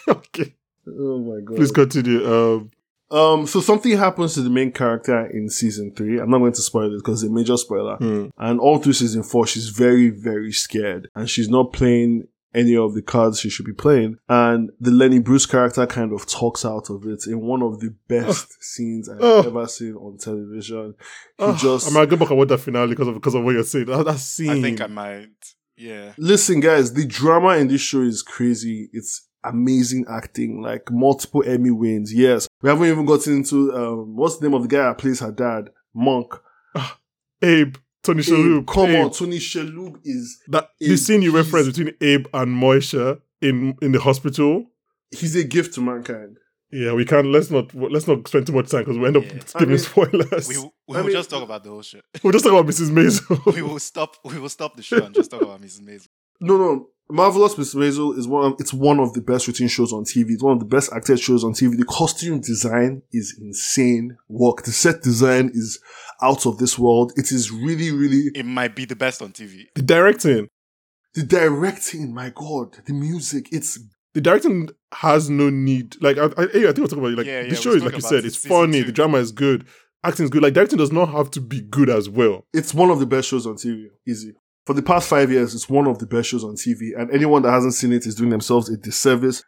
okay, oh my god. please continue. Um, Um, so something happens to the main character in season three. I'm not going to spoil it because it's a major spoiler. hmm. And all through season four, she's very, very scared and she's not playing any of the cards she should be playing. And the Lenny Bruce character kind of talks out of it in one of the best scenes I've Oh. ever seen on television. He Ah, just. I'm gonna go back and watch that finale because of because of what you're saying. That, that scene. I Hmm. think I might. Yeah, Listen, guys, the drama in this show is crazy. It's amazing acting, like multiple Emmy wins. Yes. We haven't even gotten into, um, what's the name of the guy that plays her dad? Monk. Abe Tony Shalhoub. Abe, come Abe. on, Tony Shalhoub is That the Abe, scene you he's- referenced between Abe and Moisha in in the hospital. he's a gift to mankind. Yeah, we can't. Let's not. Let's not spend too much time because we end up Yeah. I giving mean, spoilers. [laughs] we We, we I will mean- just talk about the whole show. [laughs] will just talk about Mrs. Maisel. We will stop. We will stop the show and just talk about Mrs. Maisel. No, no, Marvelous Miss Maisel is one. Of, it's one of the best written shows on TV. It's one of the best acted shows on TV. The costume design is insane. Work. The set design is out of this world. It is really, really It might be the best on TV. [laughs] the directing. the directing. My God, the music. It's The directing has no need. Like I, I, I think I talking about it. Like Yeah, yeah, the we show is spoke like you about said, it, it's season funny. two. The drama is good. Acting is good. Like directing does not have to be good as well. it's one of the best shows on TV. Easy. For the past five years, it's one of the best shows on TV, and anyone that hasn't seen it is doing themselves a disservice.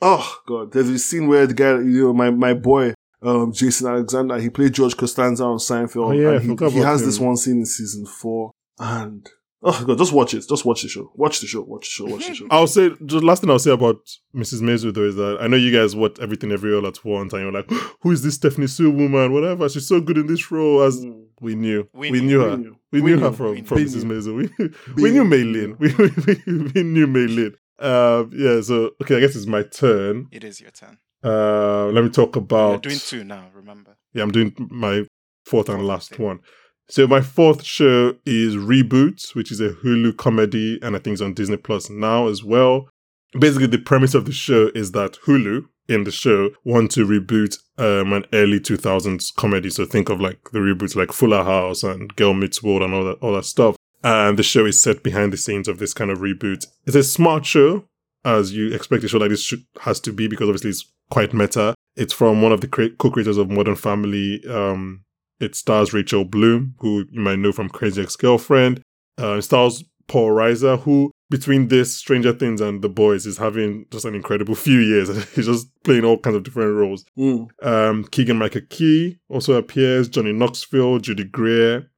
Oh God, there's a scene where the guy, you know, my my boy, um, Jason Alexander, he played George Costanza on Seinfeld, Oh, yeah, I and forgot he, he about has him. this one scene in season four, and oh God, just watch it, just watch the show, watch the show, watch the show, watch the show. I'll say the last thing I'll say about Mrs. Maisel though is that I know you guys watch everything every all at once, and you're like, [gasps] "Who is this Stephanie Sue woman? Whatever, she's so good in this role." As Mm, we knew, we, We knew her. Menu. We, We knew, knew, her we from, knew. from We Mrs. knew. Maisel. We, We we knew knew. Maylin. We, [laughs] we, we knew Maylin. Uh, yeah, so, okay, I guess it's my turn. It is your turn. Uh, let me talk You're Oh. about. doing two now. Remember. Yeah, I'm doing my fourth and Fourth, last okay. one. So, my fourth show is Reboot, which is a Hulu comedy, and I think it's on Disney Plus now as well. Basically, the premise of the show is that Hulu in the show want to reboot um, an early 2000s comedy. So, think of like the reboots like Fuller House and Girl Meets World and all that, all that stuff and the show is set behind the scenes of this kind of reboot. It's a smart show, as you expect a show like this should, has to be, because obviously it's quite meta. It's from one of the cre- co-creators of Modern Family. Um, it stars Rachel Bloom, who you might know from Crazy Ex-Girlfriend. Uh, it stars Paul Reiser, who between this Stranger Things and The Boys is having just an incredible few years. [laughs] He's just playing all kinds of different roles. Mm. Um, Keegan Michael Key also appears. Johnny Knoxville, Judy Greer.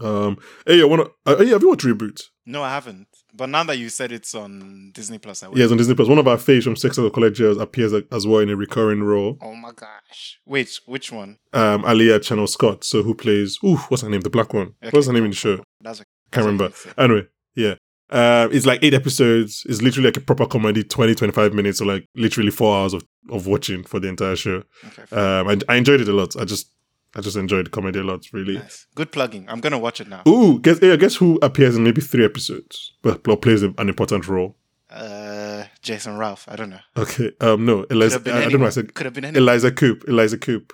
Um, hey, I wanna. Uh, hey, have you watched Reboot? No, I haven't. But now that you said it's on Disney Plus, I will. Yes, on Disney Plus. One of our faves from Sex and the College Years appears a- as well in a recurring role. Oh my gosh. Wait, which one? Um, Aliyah Channel Scott, so who plays? Ooh, what's her name? The black one. Okay, What's her name in cool, the show? cool, cool. That's okay. Can't remember. That's okay. Anyway, yeah. Um, it's like eight episodes. It's literally like a proper comedy, 20, 25 minutes, so like literally four hours of, of watching for the entire show. Okay, fine. Um, I, I enjoyed it a lot. I just, I just enjoyed comedy a lot, really. nice. Good plugging. I'm gonna watch it now. Ooh, guess yeah, guess who appears in maybe three episodes, but, but plays an important role. uh, Jason Ralph. I don't know. Okay. Um. No. Eliza. have been I, I don't know. anyone. I said Could have been anyone. Eliza Coop. Eliza Coop.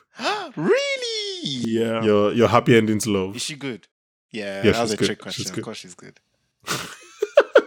really? Oh. Yeah. Your your happy ending to love. Is [laughs] she good? Yeah, Yeah, that was she's a good. trick She's question. good. Of course, she's good.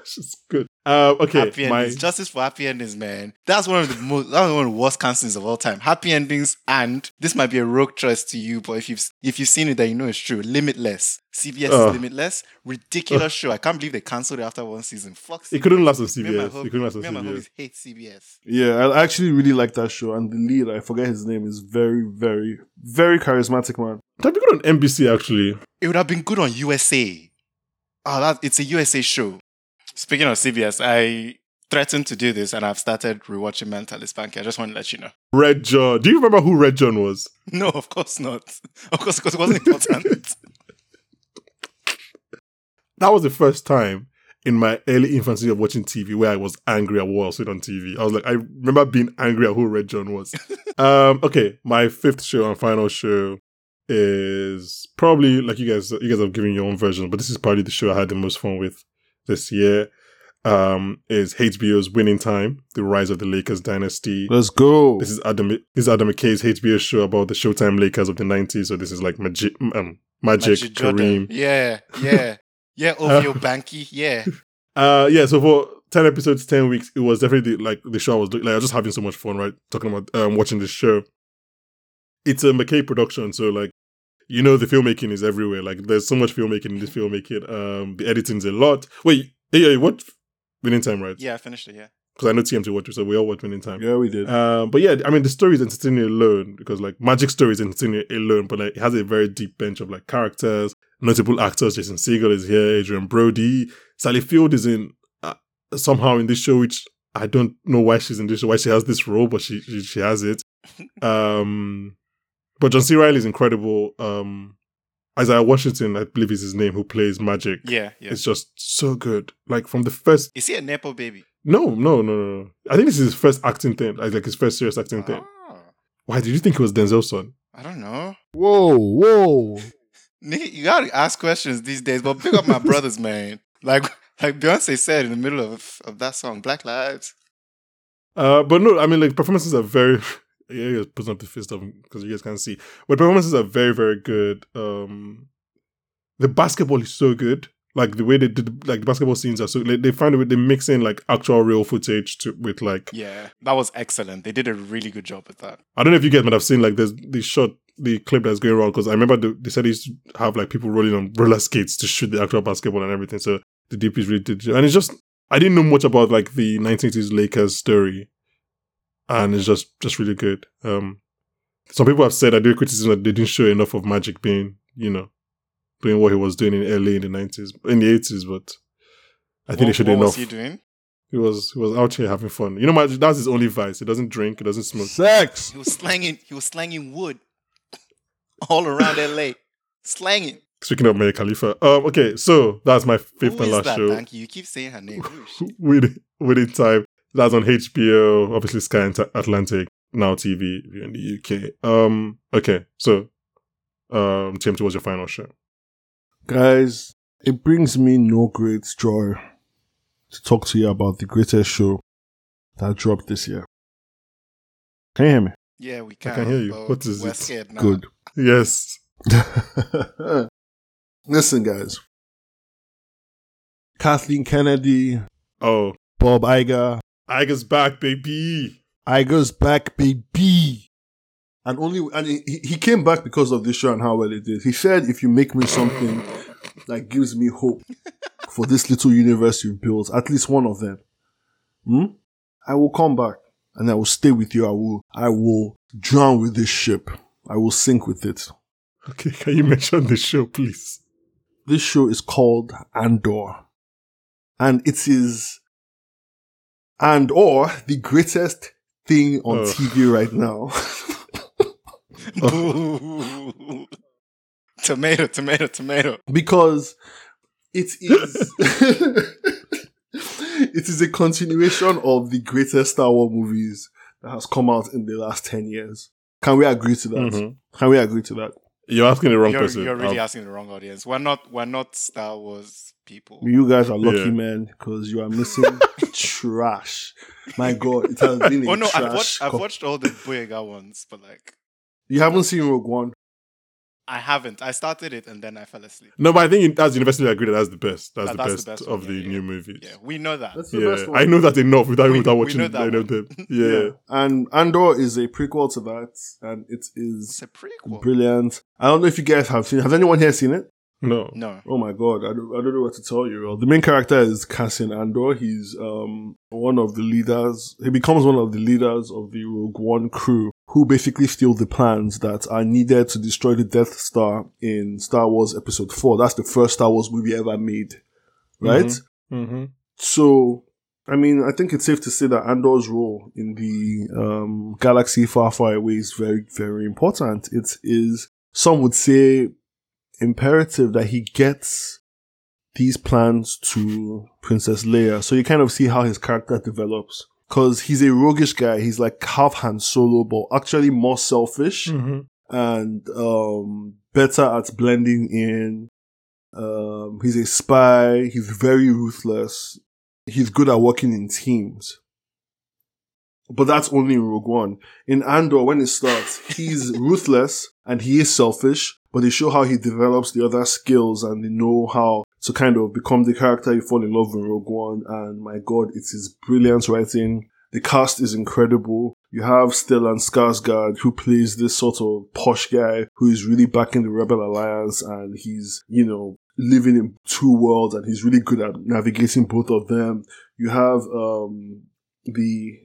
She's good. Um. Okay. happy my endings, justice for happy endings, man. That's one of the most. That was one of the worst cancels of all time. Happy endings, and this might be a rogue choice to you, but if you've if you've seen it, then you know it's true. Limitless. CBS Ugh. is limitless. Ridiculous show. I can't believe they canceled it after one season. Fuck. it couldn't last on Me and my CBS. It homies- couldn't last on me and my CBS. homies hate CBS. Yeah, I actually really like that show. And the lead, I forget his name, is very, very, very charismatic man. That'd be good on NBC actually. It would have been good on USA. Oh, that it's a USA show. Speaking of CBS, I threatened to do this, and I've started rewatching Mentalist Banky. I just want to let you know. [laughs] Red John. Do you remember who Red John was? No, of course not. Of course, because [laughs] it wasn't important. That was the first time in my early infancy of watching TV where I was angry at what I was seeing on TV. I was like, I remember being angry at who Red John [laughs] was. um, okay, my fifth show and final show is probably like you guys. You guys have given your own version, but this is probably the show I had the most fun with this year. Um, is HBO's Winning Time: The Rise of the Lakers Dynasty. Let's go. This is Adam. This is Adam McKay's HBO show about the Showtime Lakers of the '90s. So this is like Magic, um, Magic, Magic Kareem. Jordan. Yeah, yeah. [laughs] Yeah, Ovio Banky. Yeah. Uh, yeah. So for ten episodes, ten weeks, it was definitely like the show I was doing. Like I was just having so much fun, right? Talking about um, watching this show. It's a McKay production, so like, you know, the filmmaking is everywhere. Like, there's so much filmmaking in this filmmaking. Um, the editing's a lot. Wait, yeah, yeah, what? Winning time, right? Yeah, I finished it. Yeah. Because I know TMT watches, so we all watch Winning Time. Yeah, we did. Um, but yeah, I mean, the story is entertaining alone because like Magic story is entertaining alone, but like it has a very deep bench of like characters, notable actors. Jason Segel is here, Adrian Brody, Sally Field is in uh, somehow in this show, which I don't know why she's in this show, why she has this role, but she she, she has [laughs] it. Um, but John C. Riley is incredible. Um, Isaiah Washington, I believe is his name, who plays Magic. Yeah, yeah. It's just so good. Like from the first, Is he a Nepo baby? no, no, no, no. no. I think this is his first acting thing, like, like his first serious acting thing. Oh, Why did you think it was Denzel's son? I don't know. Whoa, whoa. Nick, you gotta ask questions these days, but pick [laughs] up my brothers, man. Like like Beyonce said in the middle of, of that song, Black Lives. Uh, but no, I mean, like performances are very. [laughs] yeah, he was putting up the fist of because you guys can't see. But performances are very, very good. Um, the basketball is so good. Like the way they did, like the basketball scenes are so. Like, they find a way they mix in like actual real footage to, with like Yeah. That was excellent. They did a really good job with that. I don't know if you guys might have seen like there's the shot, the clip that's going around because I remember the, they said they used to have like people rolling on roller skates to shoot the actual basketball and everything. So the DPs really did, and it's just I didn't know much about like the 1980s Lakers story, and it's just just really good. Um, some people have said I do criticism that they didn't show enough of Magic being you know doing what he was doing in LA in the 90s in the 80s, but I think what, they showed what enough. was he doing? He was he was out here having fun. You know, Magic that's his only vice. He doesn't drink. He doesn't smoke. Sex. He was slanging he was slanging wood [laughs] all around LA. Slanging. Speaking of Mia Khalifa, um, okay, so that's my fifth Who and is last that, show. Banky? You keep saying [laughs] her name. Who is she? Within within time, that's on HBO, obviously Sky Ant- Atlantic, Now TV if you're in the UK. Um, okay, so um, TMT was your final show. Guys, it brings me no great joy to talk to you about the greatest show that dropped this year. Can you hear me? Yeah, we can. can hear you. but What is we're it? Scared now. Good. Yes, [laughs] Listen, guys. Kathleen Kennedy, oh, Bob Iger. Iger's back, baby. Iger's back, baby. And only and he, he came back because of this show and how well it did. He said, "If you make me something that gives me hope for this little universe you built, at least one of them, hmm, I will come back and I will stay with you. I will I will drown with this ship. I will sink with it." Okay, can you mention the show, please? This show is called Andor. And it is and or the greatest thing on Ugh. TV right now. [laughs] Oh. Boo. [laughs] tomato, tomato, tomato. because it is [laughs] it is a continuation of the greatest Star Wars movies that has come out in the last 10 years. Can we agree to that? Mhm. Can we agree to that? You're asking the wrong You're, person. you're really Um, asking the wrong audience. We're not. We're not Star Wars people. You guys are lucky, Yeah. man, because you are missing [laughs] trash. My God, it has been a Oh no, trash. I've watched I've cup. watched all the Boyega ones, but like You haven't seen Rogue One. I haven't. I started it and then I fell asleep. No, but I think as universally agreed that that's the best. That's, That- the, that's best the best of one, the yeah, yeah. new movies. Yeah, we know that. That's the Yeah, best one. I know that enough without We- without we watching know that any of one. them. [laughs] Yeah. And Andor is a prequel to that, and it It's is a prequel. brilliant. I don't know if you guys have seen. Has anyone here seen it? No. no. Oh my god, I don't, I don't know what to tell you. Well, the main character is Cassian Andor. He's um one of the leaders. He becomes one of the leaders of the Rogue One crew, who basically steal the plans that are needed to destroy the Death Star in Star Wars Episode Four. That's the first Star Wars movie ever made, right? Mm-hmm. So, I mean, I think it's safe to say that Andor's role in the um, galaxy far, far away is very, very important. It is, some would say, imperative that he gets these plans to Princess Leia. So you kind of see how his character develops. Because he's a roguish guy. He's like half Han Solo, but actually more selfish Mm-hmm. and um, better at blending in. Um, he's a spy. He's very ruthless. He's good at working in teams. But that's only in Rogue One. In Andor, when it starts, he's [laughs] ruthless and he is selfish, but they show how he develops the other skills and they know how to kind of become the character you fall in love with in Rogue One. And my God, it's his brilliant writing. The cast is incredible. You have Stellan Skarsgård, who plays this sort of posh guy who is really backing the Rebel Alliance, and he's, you know, living in two worlds, and he's really good at navigating both of them. You have um, the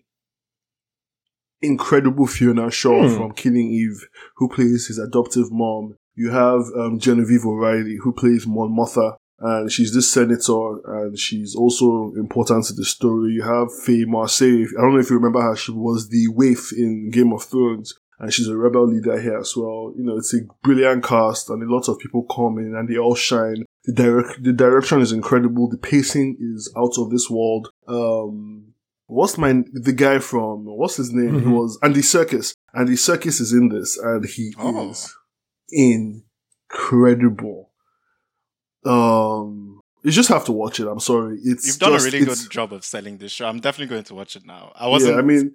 incredible Fiona Shaw Hmm. from Killing Eve, who plays his adoptive mom. You have um, Genevieve O'Reilly, who plays Mon Mothma, and she's this senator, and she's also important to the story. You have Faye Marseille. I don't know if you remember her. She was the waif in Game of Thrones, and she's a rebel leader here as well. You know, it's a brilliant cast, and a lot of people come in, and they all shine. The direct, the direction is incredible. The pacing is out of this world. Um, what's my the guy from what's his name? He Mm-hmm. Mhm. was Andy Circus. Andy Circus is in this, and he Oh. is incredible. Um, you just have to watch it. I'm sorry, it's You've done just- a really good it's- job of selling this show. I'm definitely going to watch it now. I wasn't Yeah, I mean,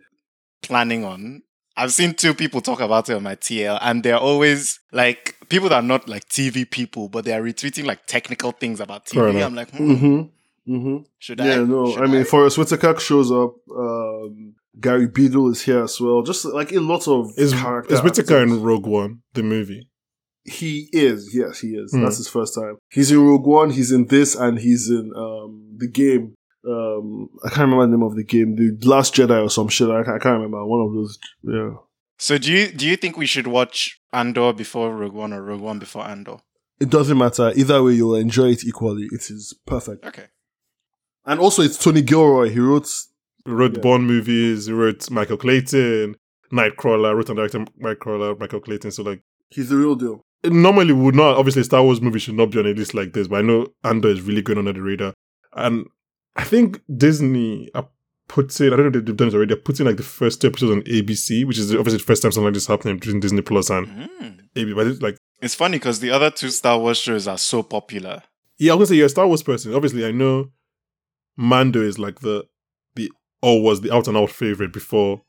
planning on. I've seen two people talk about it on my TL, and they're always like people that are not like TV people, but they are retweeting like technical things about Fair TV. enough. I'm like, hmm, mm-hmm, mm-hmm. should I? Yeah, no, should I mean, Forrest Whitaker shows up. Um, Gary Beadle is here as well. Just like a lot of Is, character is Whitaker actors. in Rogue One, the movie? He is, yes, he is. Hmm. That's his first time. He's in Rogue One. He's in this, and he's in um the game. Um, I can't remember the name of the game. The Last Jedi or some shit. I can't, I can't remember. One of those. Yeah. so do you do you think we should watch Andor before Rogue One or Rogue One before Andor? It doesn't matter. Either way, you'll enjoy it equally. It is perfect. Okay. And also, it's Tony Gilroy. He wrote. He wrote Yeah. Bond movies, he wrote Michael Clayton, Nightcrawler, wrote and directed Nightcrawler, Michael Clayton. So, like, He's the real deal. it normally would not, obviously, Star Wars movies should not be on a list like this, but I know Andor is really going under the radar. And I think Disney are putting, I don't know if they've done it already, they're putting like the first two episodes on ABC, which is obviously the first time something like this happening between Disney Plus and Mm. ABC. But it's like, It's funny because the other two Star Wars shows are so popular. Yeah, I'm gonna say you're a Star Wars person. Obviously, I know Mando is like the the or was the out and out favorite before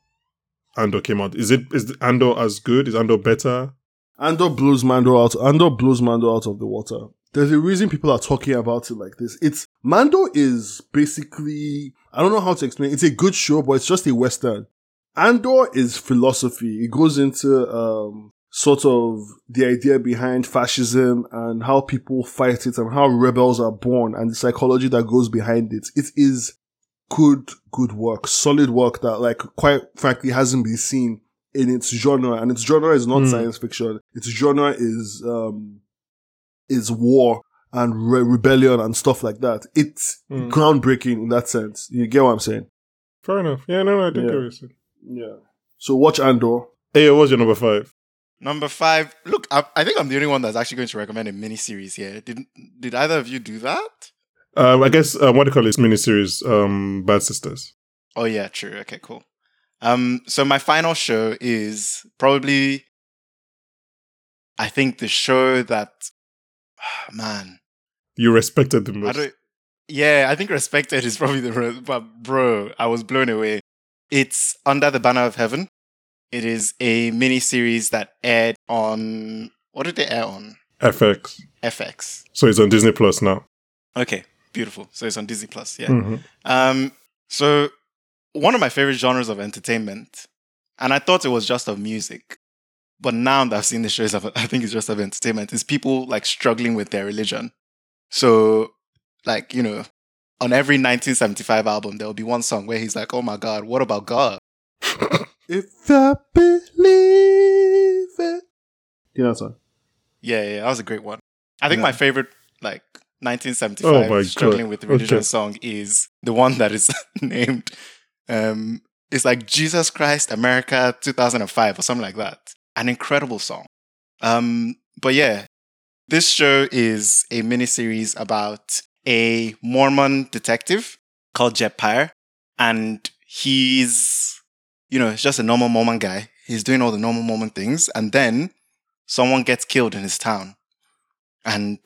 Andor came out. Is it is Andor as good? Is Andor better? Andor blows Mando out. Andor blows Mando out of the water. There's a reason people are talking about it like this. It's Mando is basically I don't know how to explain. it. It's a good show, but it's just a western. Andor is philosophy. It goes into um, sort of the idea behind fascism and how people fight it and how rebels are born and the psychology that goes behind it. It is good, good work, solid work that, like, quite frankly, hasn't been seen in its genre. And its genre is not Mm. science fiction. Its genre is um, is war and re- rebellion and stuff like that. It's Mm. groundbreaking in that sense. You get what I'm saying? Fair enough. Yeah, no, no, I do Yeah. get what you're saying. Yeah. So watch Andor. Hey, what's your number five? Number five. Look, I, I think I'm the only one that's actually going to recommend a miniseries here. Did did either of you do that? Um, I guess uh, what do you call this miniseries? Um, Bad Sisters. Oh yeah, true. Okay, cool. Um, so my final show is probably, I think the show that, [sighs] man, you respected the I most. don't. Yeah, I think respected is probably the word, but bro, I was blown away. It's Under the Banner of Heaven. It is a mini series that aired on what did they air on? FX. FX. So it's on Disney Plus now. Okay, beautiful. So it's on Disney Plus. Yeah. Mhm. Um, so one of my favorite genres of entertainment, and I thought it was just of music, but now that I've seen the shows, [laughs] I've- I think it's just of entertainment. Is people like struggling with their religion? So, like you know, on every 1975 album, there will be one song where he's like, "Oh my God, what about God?" If I believe it. You know that song? Yeah, yeah, that was a great one. I think Yeah. my favorite like 1975 Oh my struggling God. with religion Okay. song is the one that is [laughs] named um it's like Jesus Christ America 2005 or something like that. An incredible song. Um but yeah, this show is a miniseries about a Mormon detective called Jeb Pyre and he's you know, just a normal Mormon guy. He's doing all the normal Mormon things and then someone gets killed in his town. And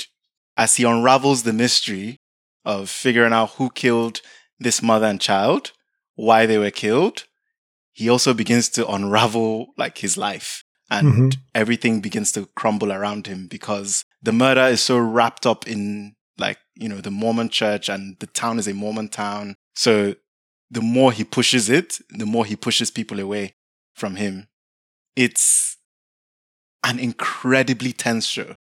as he unravels the mystery of figuring out who killed this mother and child, why they were killed, he also begins to unravel like his life and Mhm. everything begins to crumble around him because the murder is so wrapped up in like, you know, the Mormon church and the town is a Mormon town. So the more he pushes it, the more he pushes people away from him. It's an incredibly tense show.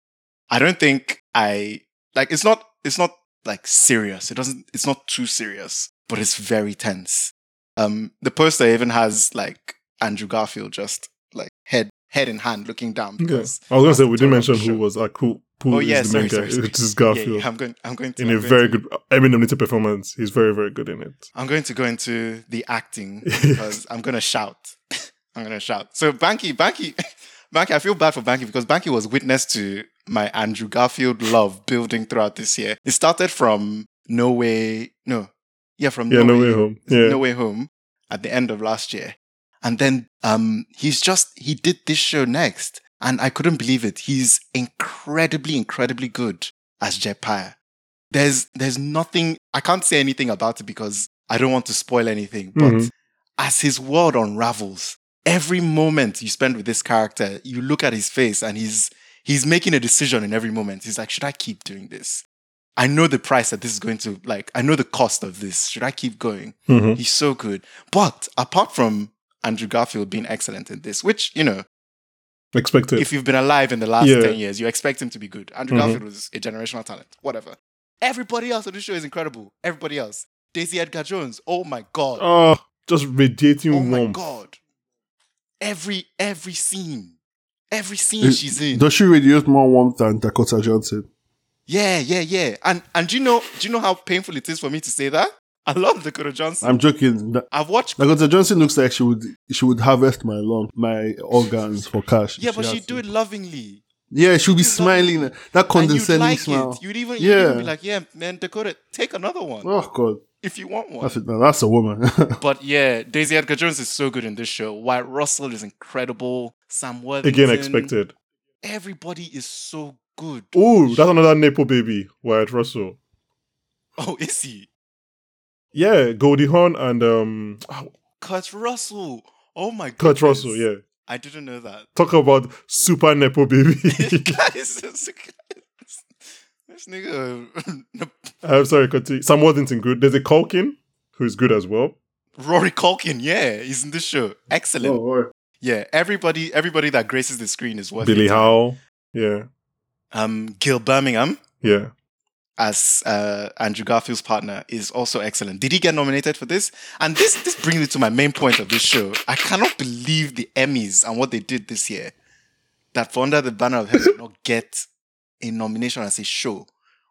I don't think I like it's not it's not like serious. It doesn't it's not too serious, but it's very tense. Um the poster even has like Andrew Garfield just like head head in hand looking down Okay. I because was gonna say we didn't That's the mention show. who was like who who Oh is yeah, the sorry, main sorry, guy, [laughs] sorry. which is Yeah, Garfield. yeah, I'm going. I'm going to. in I'm a going very to- good Emmy nominated performance. He's very, very good in it. I'm going to go into the [laughs] acting because I'm going to shout. [laughs] I'm going to shout. So Banky, Banky, [laughs] Banky. I feel bad for Banky because Banky was witness to my Andrew Garfield love building throughout this year. It started from No Way. No, yeah, from Yeah, no way home. Yeah. no Way Home at the end of last year. And then um, he's just, he did this show next. And I couldn't believe it. He's incredibly, incredibly good as Jet Pyre. There's, there's nothing, I can't say anything about it because I don't want to spoil anything. But Mhm. as his world unravels, every moment you spend with this character, you look at his face and he's, he's making a decision in every moment. He's like, should I keep doing this? I know the price that this is going to, like, I know the cost of this. Should I keep going? Mhm. He's so good. But apart from Andrew Garfield being excellent in this, which, you know, Expected. if you've been alive in the last Yeah. 10 years, you expect him to be good. Andrew Mhm. Mm-hmm. Garfield was a generational talent, whatever. Everybody else on the show is incredible. Everybody else. Daisy Edgar Jones, oh my God. oh, Oh, just radiating my warmth. God. Every, every scene, every scene Is- she's in. Does she radiate more warmth than Dakota Johnson? yeah, yeah, yeah. And, and do you know, do you know how painful it is for me to say that? I love Dakota Johnson. I'm joking. Da- I've watched Dakota Johnson looks like she would she would harvest my lump, my organs for cash. yeah, but she she'd has do to. it lovingly. Yeah, she'll be She'd love it. smiling. That condescending smile. You'd even, you'd even Yeah. be be like, yeah, man, Dakota, take another one Oh god, if you want one. that's it. Now, that's a woman. [laughs] But yeah, Daisy Edgar Jones is so good in this show. Wyatt Russell is incredible. Sam Worthington. Again, expected. Everybody is so good. Oh, that's another Napo baby, Wyatt Russell. Oh, [laughs] is he? Yeah, Goldie Hawn and um oh, Kurt Russell. Oh my god. Kurt Russell. Yeah, I didn't know [laughs] that. [laughs] talk about super Nepo baby. [laughs] Guys, this, this nigga [laughs] uh, I'm sorry, continue. Sam Worthington good. There's a Culkin who's good as well. Rory Culkin, yeah, he's in this show. Excellent. Oh. alright. Yeah, everybody everybody that graces the screen is worth Billy it. Howell. Yeah, Um Gil Birmingham. yeah. as uh, Andrew Garfield's partner is also excellent. Did he get nominated for this? And this this brings me to my main point of this show. I cannot believe the Emmys and what they did this year. That for Under the Banner of Heaven did not get a nomination as a show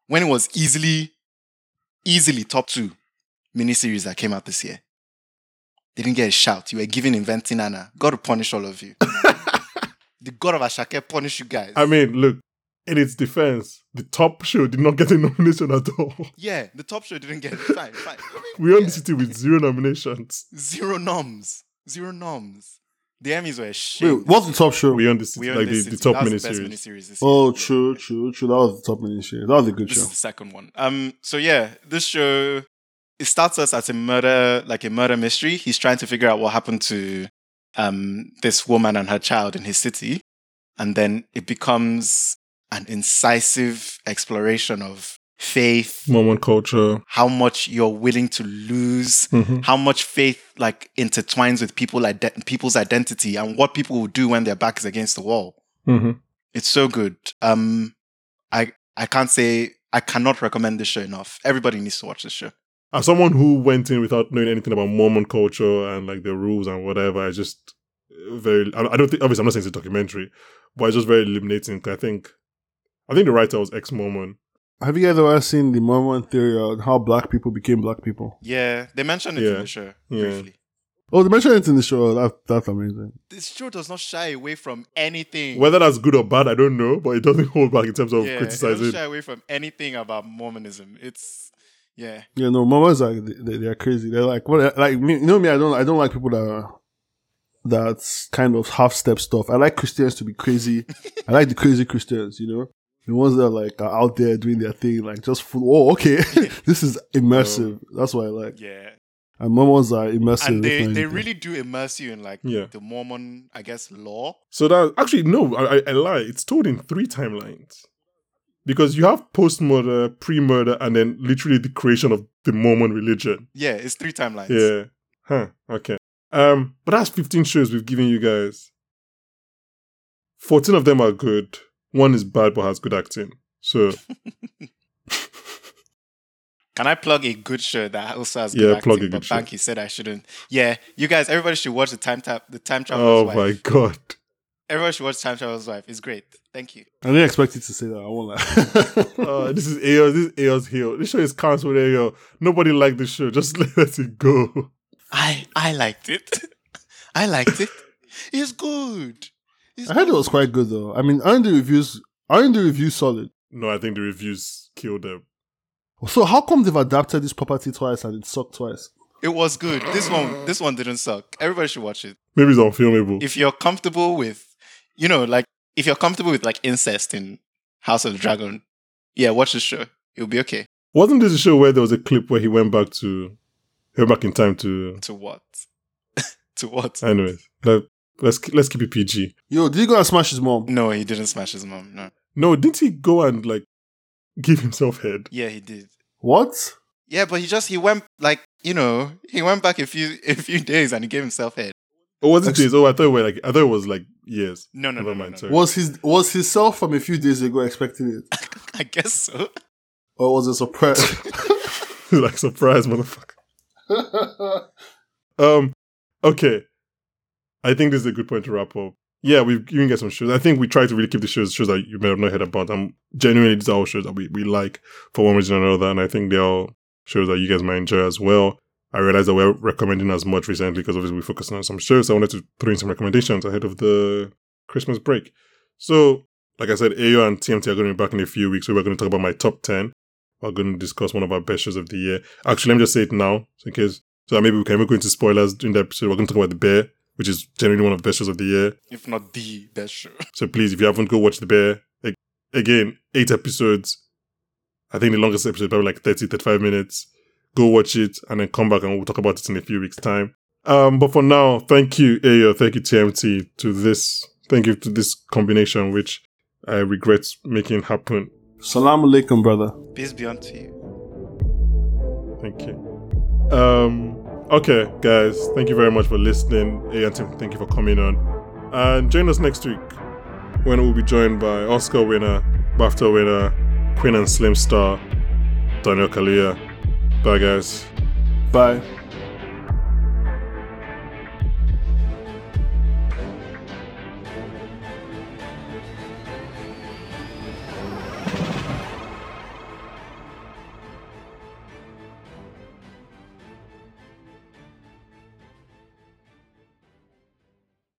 when it was easily, easily top two miniseries that came out this year. They didn't get a shout. You were giving Inventing Anna. God will punish all of you. the God of Ashake punish you guys. I mean, look. In its defense, the top show did not get a [laughs] nomination at all. yeah, the top show didn't get it. Fine, fine. I mean, We own yeah. the city with zero nominations. zero noms, zero noms. The Emmys were shit. Wait, what's the top show? We on this We like own this the, the city. top That was miniseries. the best miniseries this Oh, year. true, true, true. That was the top mini show. That was a good This show. is the second one. Um, so yeah, this show it starts us as a murder, like a murder mystery. He's trying to figure out what happened to um this woman and her child in his city, and then it becomes an incisive exploration of Hmm. faith, Mormon culture. how much you're willing to lose, Mhm. how much faith like intertwines with people ide- people's identity, and what people will do when their back is against the wall. Mhm. It's so good. Um, I I can't say I cannot recommend this show enough. Everybody needs to watch this show. As someone who went in without knowing anything about Mormon culture and like the rules and whatever, I just uh, very. I I don't think. Obviously, I'm not saying it's a documentary, but it's just very illuminating. 'cause I think, I think the writer was ex-Mormon. Have you guys ever seen the Mormon theory on how black people became black people? Yeah, they mentioned it Yeah. in the show Yeah. briefly. Oh, they mentioned it in the show. That, that's amazing. This show does not shy away from anything. Whether that's good or bad, I don't know, but it doesn't [laughs] hold back in terms of yeah, it doesn't criticizing. shy away from anything about Mormonism. It's yeah, You know, Mormons are they, they- they are crazy. They're like what? Like me, you know me. I don't I don't like people that are that's kind of half step stuff. I like Christians to be [laughs] crazy. I like the crazy Christians. You know, the ones that like are out there doing their thing. Like just full. Oh, [laughs] okay, [laughs] this is immersive. That's what I like. yeah. And Mormons are immersive. and if they, not they anything. really do immerse you in like Yeah. the Mormon, I guess, law. So that actually no, I, I- I lie. It's told in three timelines, because you have post murder, pre murder, and then literally the creation of the Mormon religion. Yeah, it's three timelines. Yeah. Huh. Okay. Um. But that's fifteen shows we've given you guys. Fourteen of them are good. One is bad but has good acting. So Can I plug a good show that also has Yeah, good plug acting, a good but show. Banky said I shouldn't. Yeah, you guys, everybody should watch the time tap the time traveler's oh wife. my god. Everyone should watch Time Traveler's Wife. It's great. Thank you. I didn't expect you to say that. I won't lie. [laughs] Uh, this is Aos. This is Aos Hill. This show is cancelled. Aos. Nobody liked this show. Just [laughs] let it go. I I liked it. [laughs] I liked it. It's good. It's I heard it good. was quite good though. I mean, aren't the reviews aren't the reviews solid? No, I think the reviews killed them. So how come they've adapted this property twice and it sucked twice? It was good. This one this one didn't suck. Everybody should watch it. Maybe it's unfilmable. If you're comfortable with you know, like if you're comfortable with like incest in House of the Dragon, yeah, watch the show. It'll be okay. Wasn't this a show where there was a clip where he went back to, he went back in time to? To what? [laughs] to what? Anyways, let, let's let's keep it PG. Yo, did he go and smash his mom? No, he didn't smash his mom. No. No, didn't he go and like give himself head? Yeah, he did. What? Yeah, but he just he went like you know he went back a few a few days and he gave himself head. Or was it Ex- days? Oh, I thought it were like I thought it was like years. [laughs] No, no, Never no, mind, no, no, sorry. Was his was his self from a few days ago expecting it, I guess so. or was it surprise? like surprise, motherfucker. Um, okay. I think this is a good point to wrap up. Yeah, we've given you guys some shows. I think we try to really keep the shows shows that you may have not heard about. Um, genuinely, these are all shows that we, we like for one reason or another, and I think they're all shows that you guys might enjoy as well. I realized that we're recommending as much recently because obviously we're focusing on some shows. So I wanted to throw in some recommendations ahead of the Christmas break. So, like I said, AO and TMT are going to be back in a few weeks. So we're going to talk about my top 10. We're going to discuss one of our best shows of the year. Actually, let me just say it now, so in case so that maybe we can even go into spoilers during the episode. We're going to talk about The Bear, which is generally one of the best shows of the year. If not the best show. So please, if you haven't, go watch The Bear. Like, again, eight episodes. I think the longest episode is probably like 30, 35 minutes. Go watch it and then come back and we'll talk about it in a few weeks' time. Um, but for now, thank you, Ayo. Thank you, TMT, to this. Thank you to this combination, which I regret making happen. Salam alaikum, brother. Peace be unto you. Thank you. Um, okay, guys, thank you very much for listening. Hey, and Tim, thank you for coming on. And join us next week when we'll be joined by Oscar winner, BAFTA winner, Queen and Slim star, Daniel Kalia. Bye, guys. Bye.